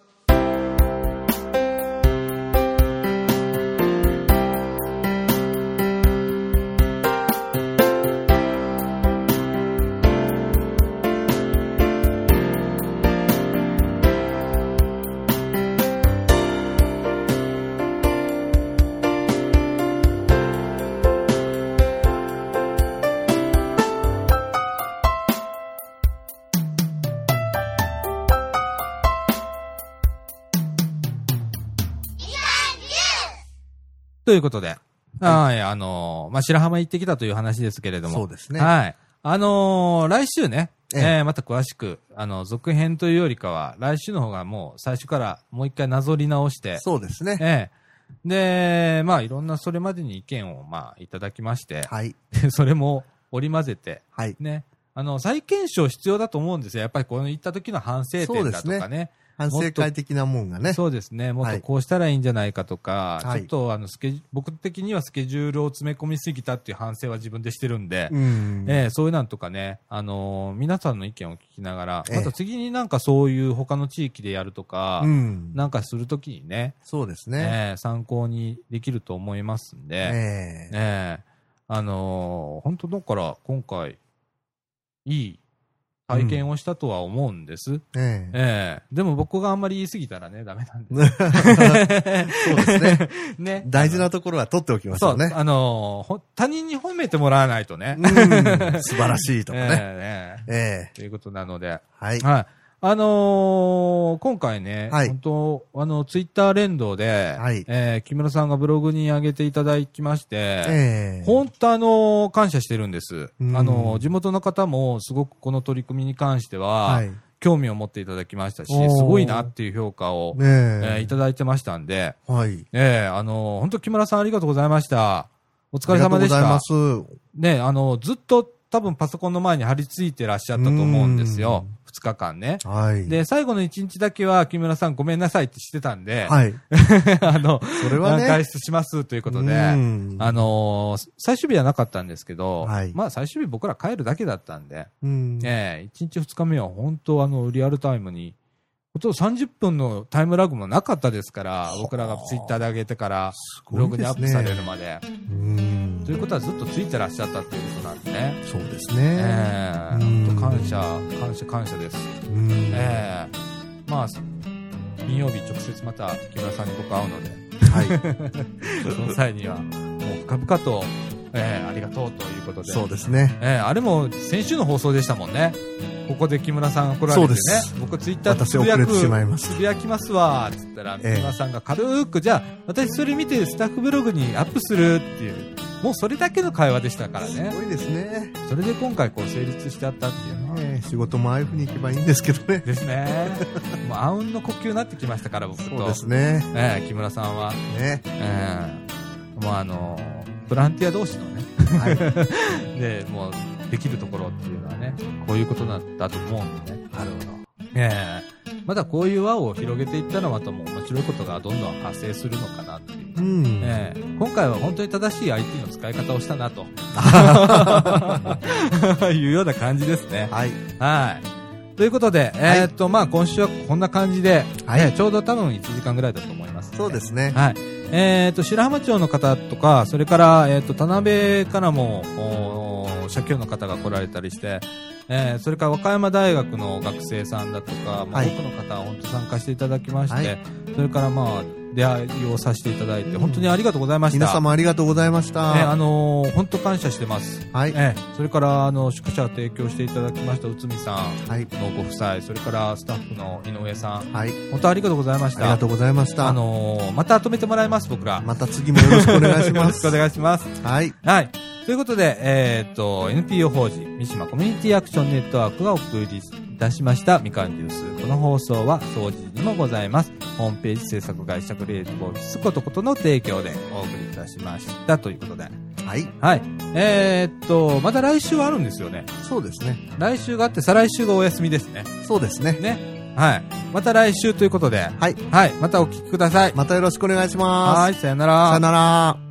Speaker 1: ということで、はい、あのーまあ、白浜行ってきたという話ですけれども、
Speaker 2: そうですね。
Speaker 1: はい。あのー来週ね、
Speaker 2: え
Speaker 1: え
Speaker 2: え
Speaker 1: ーまた詳しく、あの、続編というよりかは、来週の方がもう最初からもう一回なぞり直して、
Speaker 2: そうですね。
Speaker 1: ええで、まあ、いろんなそれまでに意見を、まあ、いただきまして、
Speaker 2: はい。
Speaker 1: それも織り交ぜて、
Speaker 2: はい。
Speaker 1: ね、あの、再検証必要だと思うんですよ。やっぱりこの行った時の反省点だと
Speaker 2: そ
Speaker 1: か
Speaker 2: う
Speaker 1: ね。
Speaker 2: 反省会的なもんがね。
Speaker 1: そうですね。もっ
Speaker 2: は
Speaker 1: と
Speaker 2: い
Speaker 1: こうしたらいいんじゃないかとか、
Speaker 2: はい
Speaker 1: ちょっとあのスケジュ、僕的にはスケジュールを詰め込みすぎたっていう反省は自分でしてるんで、
Speaker 2: うん。
Speaker 1: ええそういうなんとかね、あのー皆さんの意見を聞きながら、
Speaker 2: ええ
Speaker 1: また次になんかそういう他の地域でやるとか、
Speaker 2: うん。
Speaker 1: なんかするときにね、
Speaker 2: そうです
Speaker 1: え
Speaker 2: ね。
Speaker 1: え参考にできると思いますん
Speaker 2: え
Speaker 1: で、
Speaker 2: え
Speaker 1: ええあのー本当だから今回、いい体験をしたとは思うんです。
Speaker 2: ええ
Speaker 1: ええでも僕があんまり言い過ぎたらね、ダメなんで。
Speaker 2: そうですね。
Speaker 1: ね。
Speaker 2: 大事なところは取っておきまし
Speaker 1: そ
Speaker 2: ょう
Speaker 1: う、
Speaker 2: ね。
Speaker 1: あのーほ他人に褒めてもらわないとね。
Speaker 2: うん。素晴らしいとかね。
Speaker 1: ええええ
Speaker 2: ええ
Speaker 1: ということなので。
Speaker 2: はい。
Speaker 1: はい。あのー今回ね、
Speaker 2: はい
Speaker 1: 本当あの、ツイッター連動で、
Speaker 2: はい
Speaker 1: えー木村さんがブログに上げていただきまして、
Speaker 2: ええ
Speaker 1: 本当あのー感謝してるんです。
Speaker 2: うん
Speaker 1: あのー地元の方もすごくこの取り組みに関しては、
Speaker 2: はい。
Speaker 1: 興味を持っていただきましたし、
Speaker 2: おー
Speaker 1: すごいなっていう評価を、
Speaker 2: ね
Speaker 1: えーい
Speaker 2: え
Speaker 1: ただいてましたんで、
Speaker 2: はい。
Speaker 1: えーあのー本当木村さんありがとうございました。お疲
Speaker 2: あ
Speaker 1: れ
Speaker 2: りがと
Speaker 1: 様
Speaker 2: う
Speaker 1: で
Speaker 2: ご
Speaker 1: し
Speaker 2: ざい
Speaker 1: た
Speaker 2: ま。す。は
Speaker 1: ね、あのーずっと多分パソコンの前に張り付いてらっしゃったと思うんですよ
Speaker 2: うん。
Speaker 1: 2日間ね。
Speaker 2: い。
Speaker 1: で、最後の一日だけは、木村さんごめんなさいってしてたんで、
Speaker 2: はい。
Speaker 1: あの、
Speaker 2: それはね。
Speaker 1: 外出しますということで、あ
Speaker 2: うん
Speaker 1: のー最終日はなかったんですけど、
Speaker 2: はい
Speaker 1: まあ最終日僕ら帰るだけだったんで、
Speaker 2: うん
Speaker 1: ええ一1日2日目は本当あの、リアルタイムに、ほとんど30分のタイムラグもなかったですから、僕らがツイッターで上げてから、
Speaker 2: す
Speaker 1: ブ
Speaker 2: ご
Speaker 1: ロ
Speaker 2: い
Speaker 1: グ
Speaker 2: ですね
Speaker 1: にアップされるまで。
Speaker 2: うん
Speaker 1: ということはずっとついてらっしゃったっていうことなんでね。
Speaker 2: そうです
Speaker 1: え
Speaker 2: ね。
Speaker 1: え
Speaker 2: うん
Speaker 1: 本当感謝、感謝、感謝です。
Speaker 2: うん
Speaker 1: ええまあ、金曜日直接また木村さんに僕会うので、
Speaker 2: はい。
Speaker 1: その際には、もう深々と、ええありがとうということで。
Speaker 2: そうですね。
Speaker 1: ええあれも先週の放送でしたもんね。ここで木村さんが来られて
Speaker 2: そう
Speaker 1: ね
Speaker 2: です。
Speaker 1: 僕ツイッターでつ
Speaker 2: 私遅
Speaker 1: ぶや
Speaker 2: れて
Speaker 1: く、
Speaker 2: しまいまし
Speaker 1: つぶやきますわ、つったら、木
Speaker 2: ええ
Speaker 1: 村さんが軽く、じゃあ、私それ見てスタッフブログにアップするっていう、もうそれだけの会話でしたから
Speaker 2: た。
Speaker 1: ね
Speaker 2: す。ごいですね。
Speaker 1: それで今回こう成立しちゃったっていうのは。
Speaker 2: ええ仕事もああいうふうに行けばいいんですけど ね。
Speaker 1: です ね。もう、あうんの呼吸になってきましたから、僕と。
Speaker 2: そうですね。
Speaker 1: ええ木村さんは、
Speaker 2: ね。
Speaker 1: ええもうあのボランティア同士のね、
Speaker 2: はい。
Speaker 1: で、もう、できるところっていうのはね、こういうことなんだと思うんでね。
Speaker 2: なるほど。
Speaker 1: ええまたこういう輪を広げていったらまたもう面白いことがどんどん発生するのかなっていう。
Speaker 2: うん。
Speaker 1: ええ今回は本当に正しい IT の使い方をしたな と。いうような感じですね。
Speaker 2: はい。
Speaker 1: はい。ということで、えーっと、まあ、今週はこんな感じで、
Speaker 2: はい
Speaker 1: えーちょうど多分1時間ぐらいだと思います、。
Speaker 2: そうですすね。
Speaker 1: はい。えーっと、白浜町の方とか、それから、えーっと、田辺からも、おー社協の方が来られたりして、えーそれから和歌山大学の学生さんだとか、まあ、
Speaker 2: はい
Speaker 1: 多くの方、本当参加していただきまして、
Speaker 2: はい
Speaker 1: それから、まあ、出会いをさせていただいて、
Speaker 2: うん
Speaker 1: 本当にありがとうございました。
Speaker 2: 皆様ありがとうございまし
Speaker 1: えーあ
Speaker 2: た。
Speaker 1: のー本当感謝してます。
Speaker 2: はい。
Speaker 1: ええ、それから、あの、宿舎を提供していただきました、内海さん
Speaker 2: はい。
Speaker 1: のご夫妻、それからスタッフの井上さん、
Speaker 2: はい。
Speaker 1: 本当ありがとうございまし
Speaker 2: あり
Speaker 1: た。
Speaker 2: がとうございました。
Speaker 1: あのーまた止めてもらいます、僕ら。
Speaker 2: また次もよろしくお願い し
Speaker 1: よ
Speaker 2: ま
Speaker 1: ろしくお
Speaker 2: す。
Speaker 1: 願いします。
Speaker 2: はい。
Speaker 1: はい。ということで、えーっと、NPO 法人、三島コミュニティアクションネットワークがお送りいたしました、みかんジュース。この放送は、掃除にもございます。ホームページ制作会社クリエイティブオフィスことことの提供でお送りいたしました。ということで。
Speaker 2: はい。
Speaker 1: はい。えーっと、また来週はあるんですよね。
Speaker 2: そうですね。
Speaker 1: 来週があって、再来週がお休みですね。
Speaker 2: そうですね。
Speaker 1: ね。はい。また来週ということで。
Speaker 2: はい。
Speaker 1: はい。またお聞きください。
Speaker 2: またよろしくお願いします。
Speaker 1: はい。さよなら。
Speaker 2: さよなら。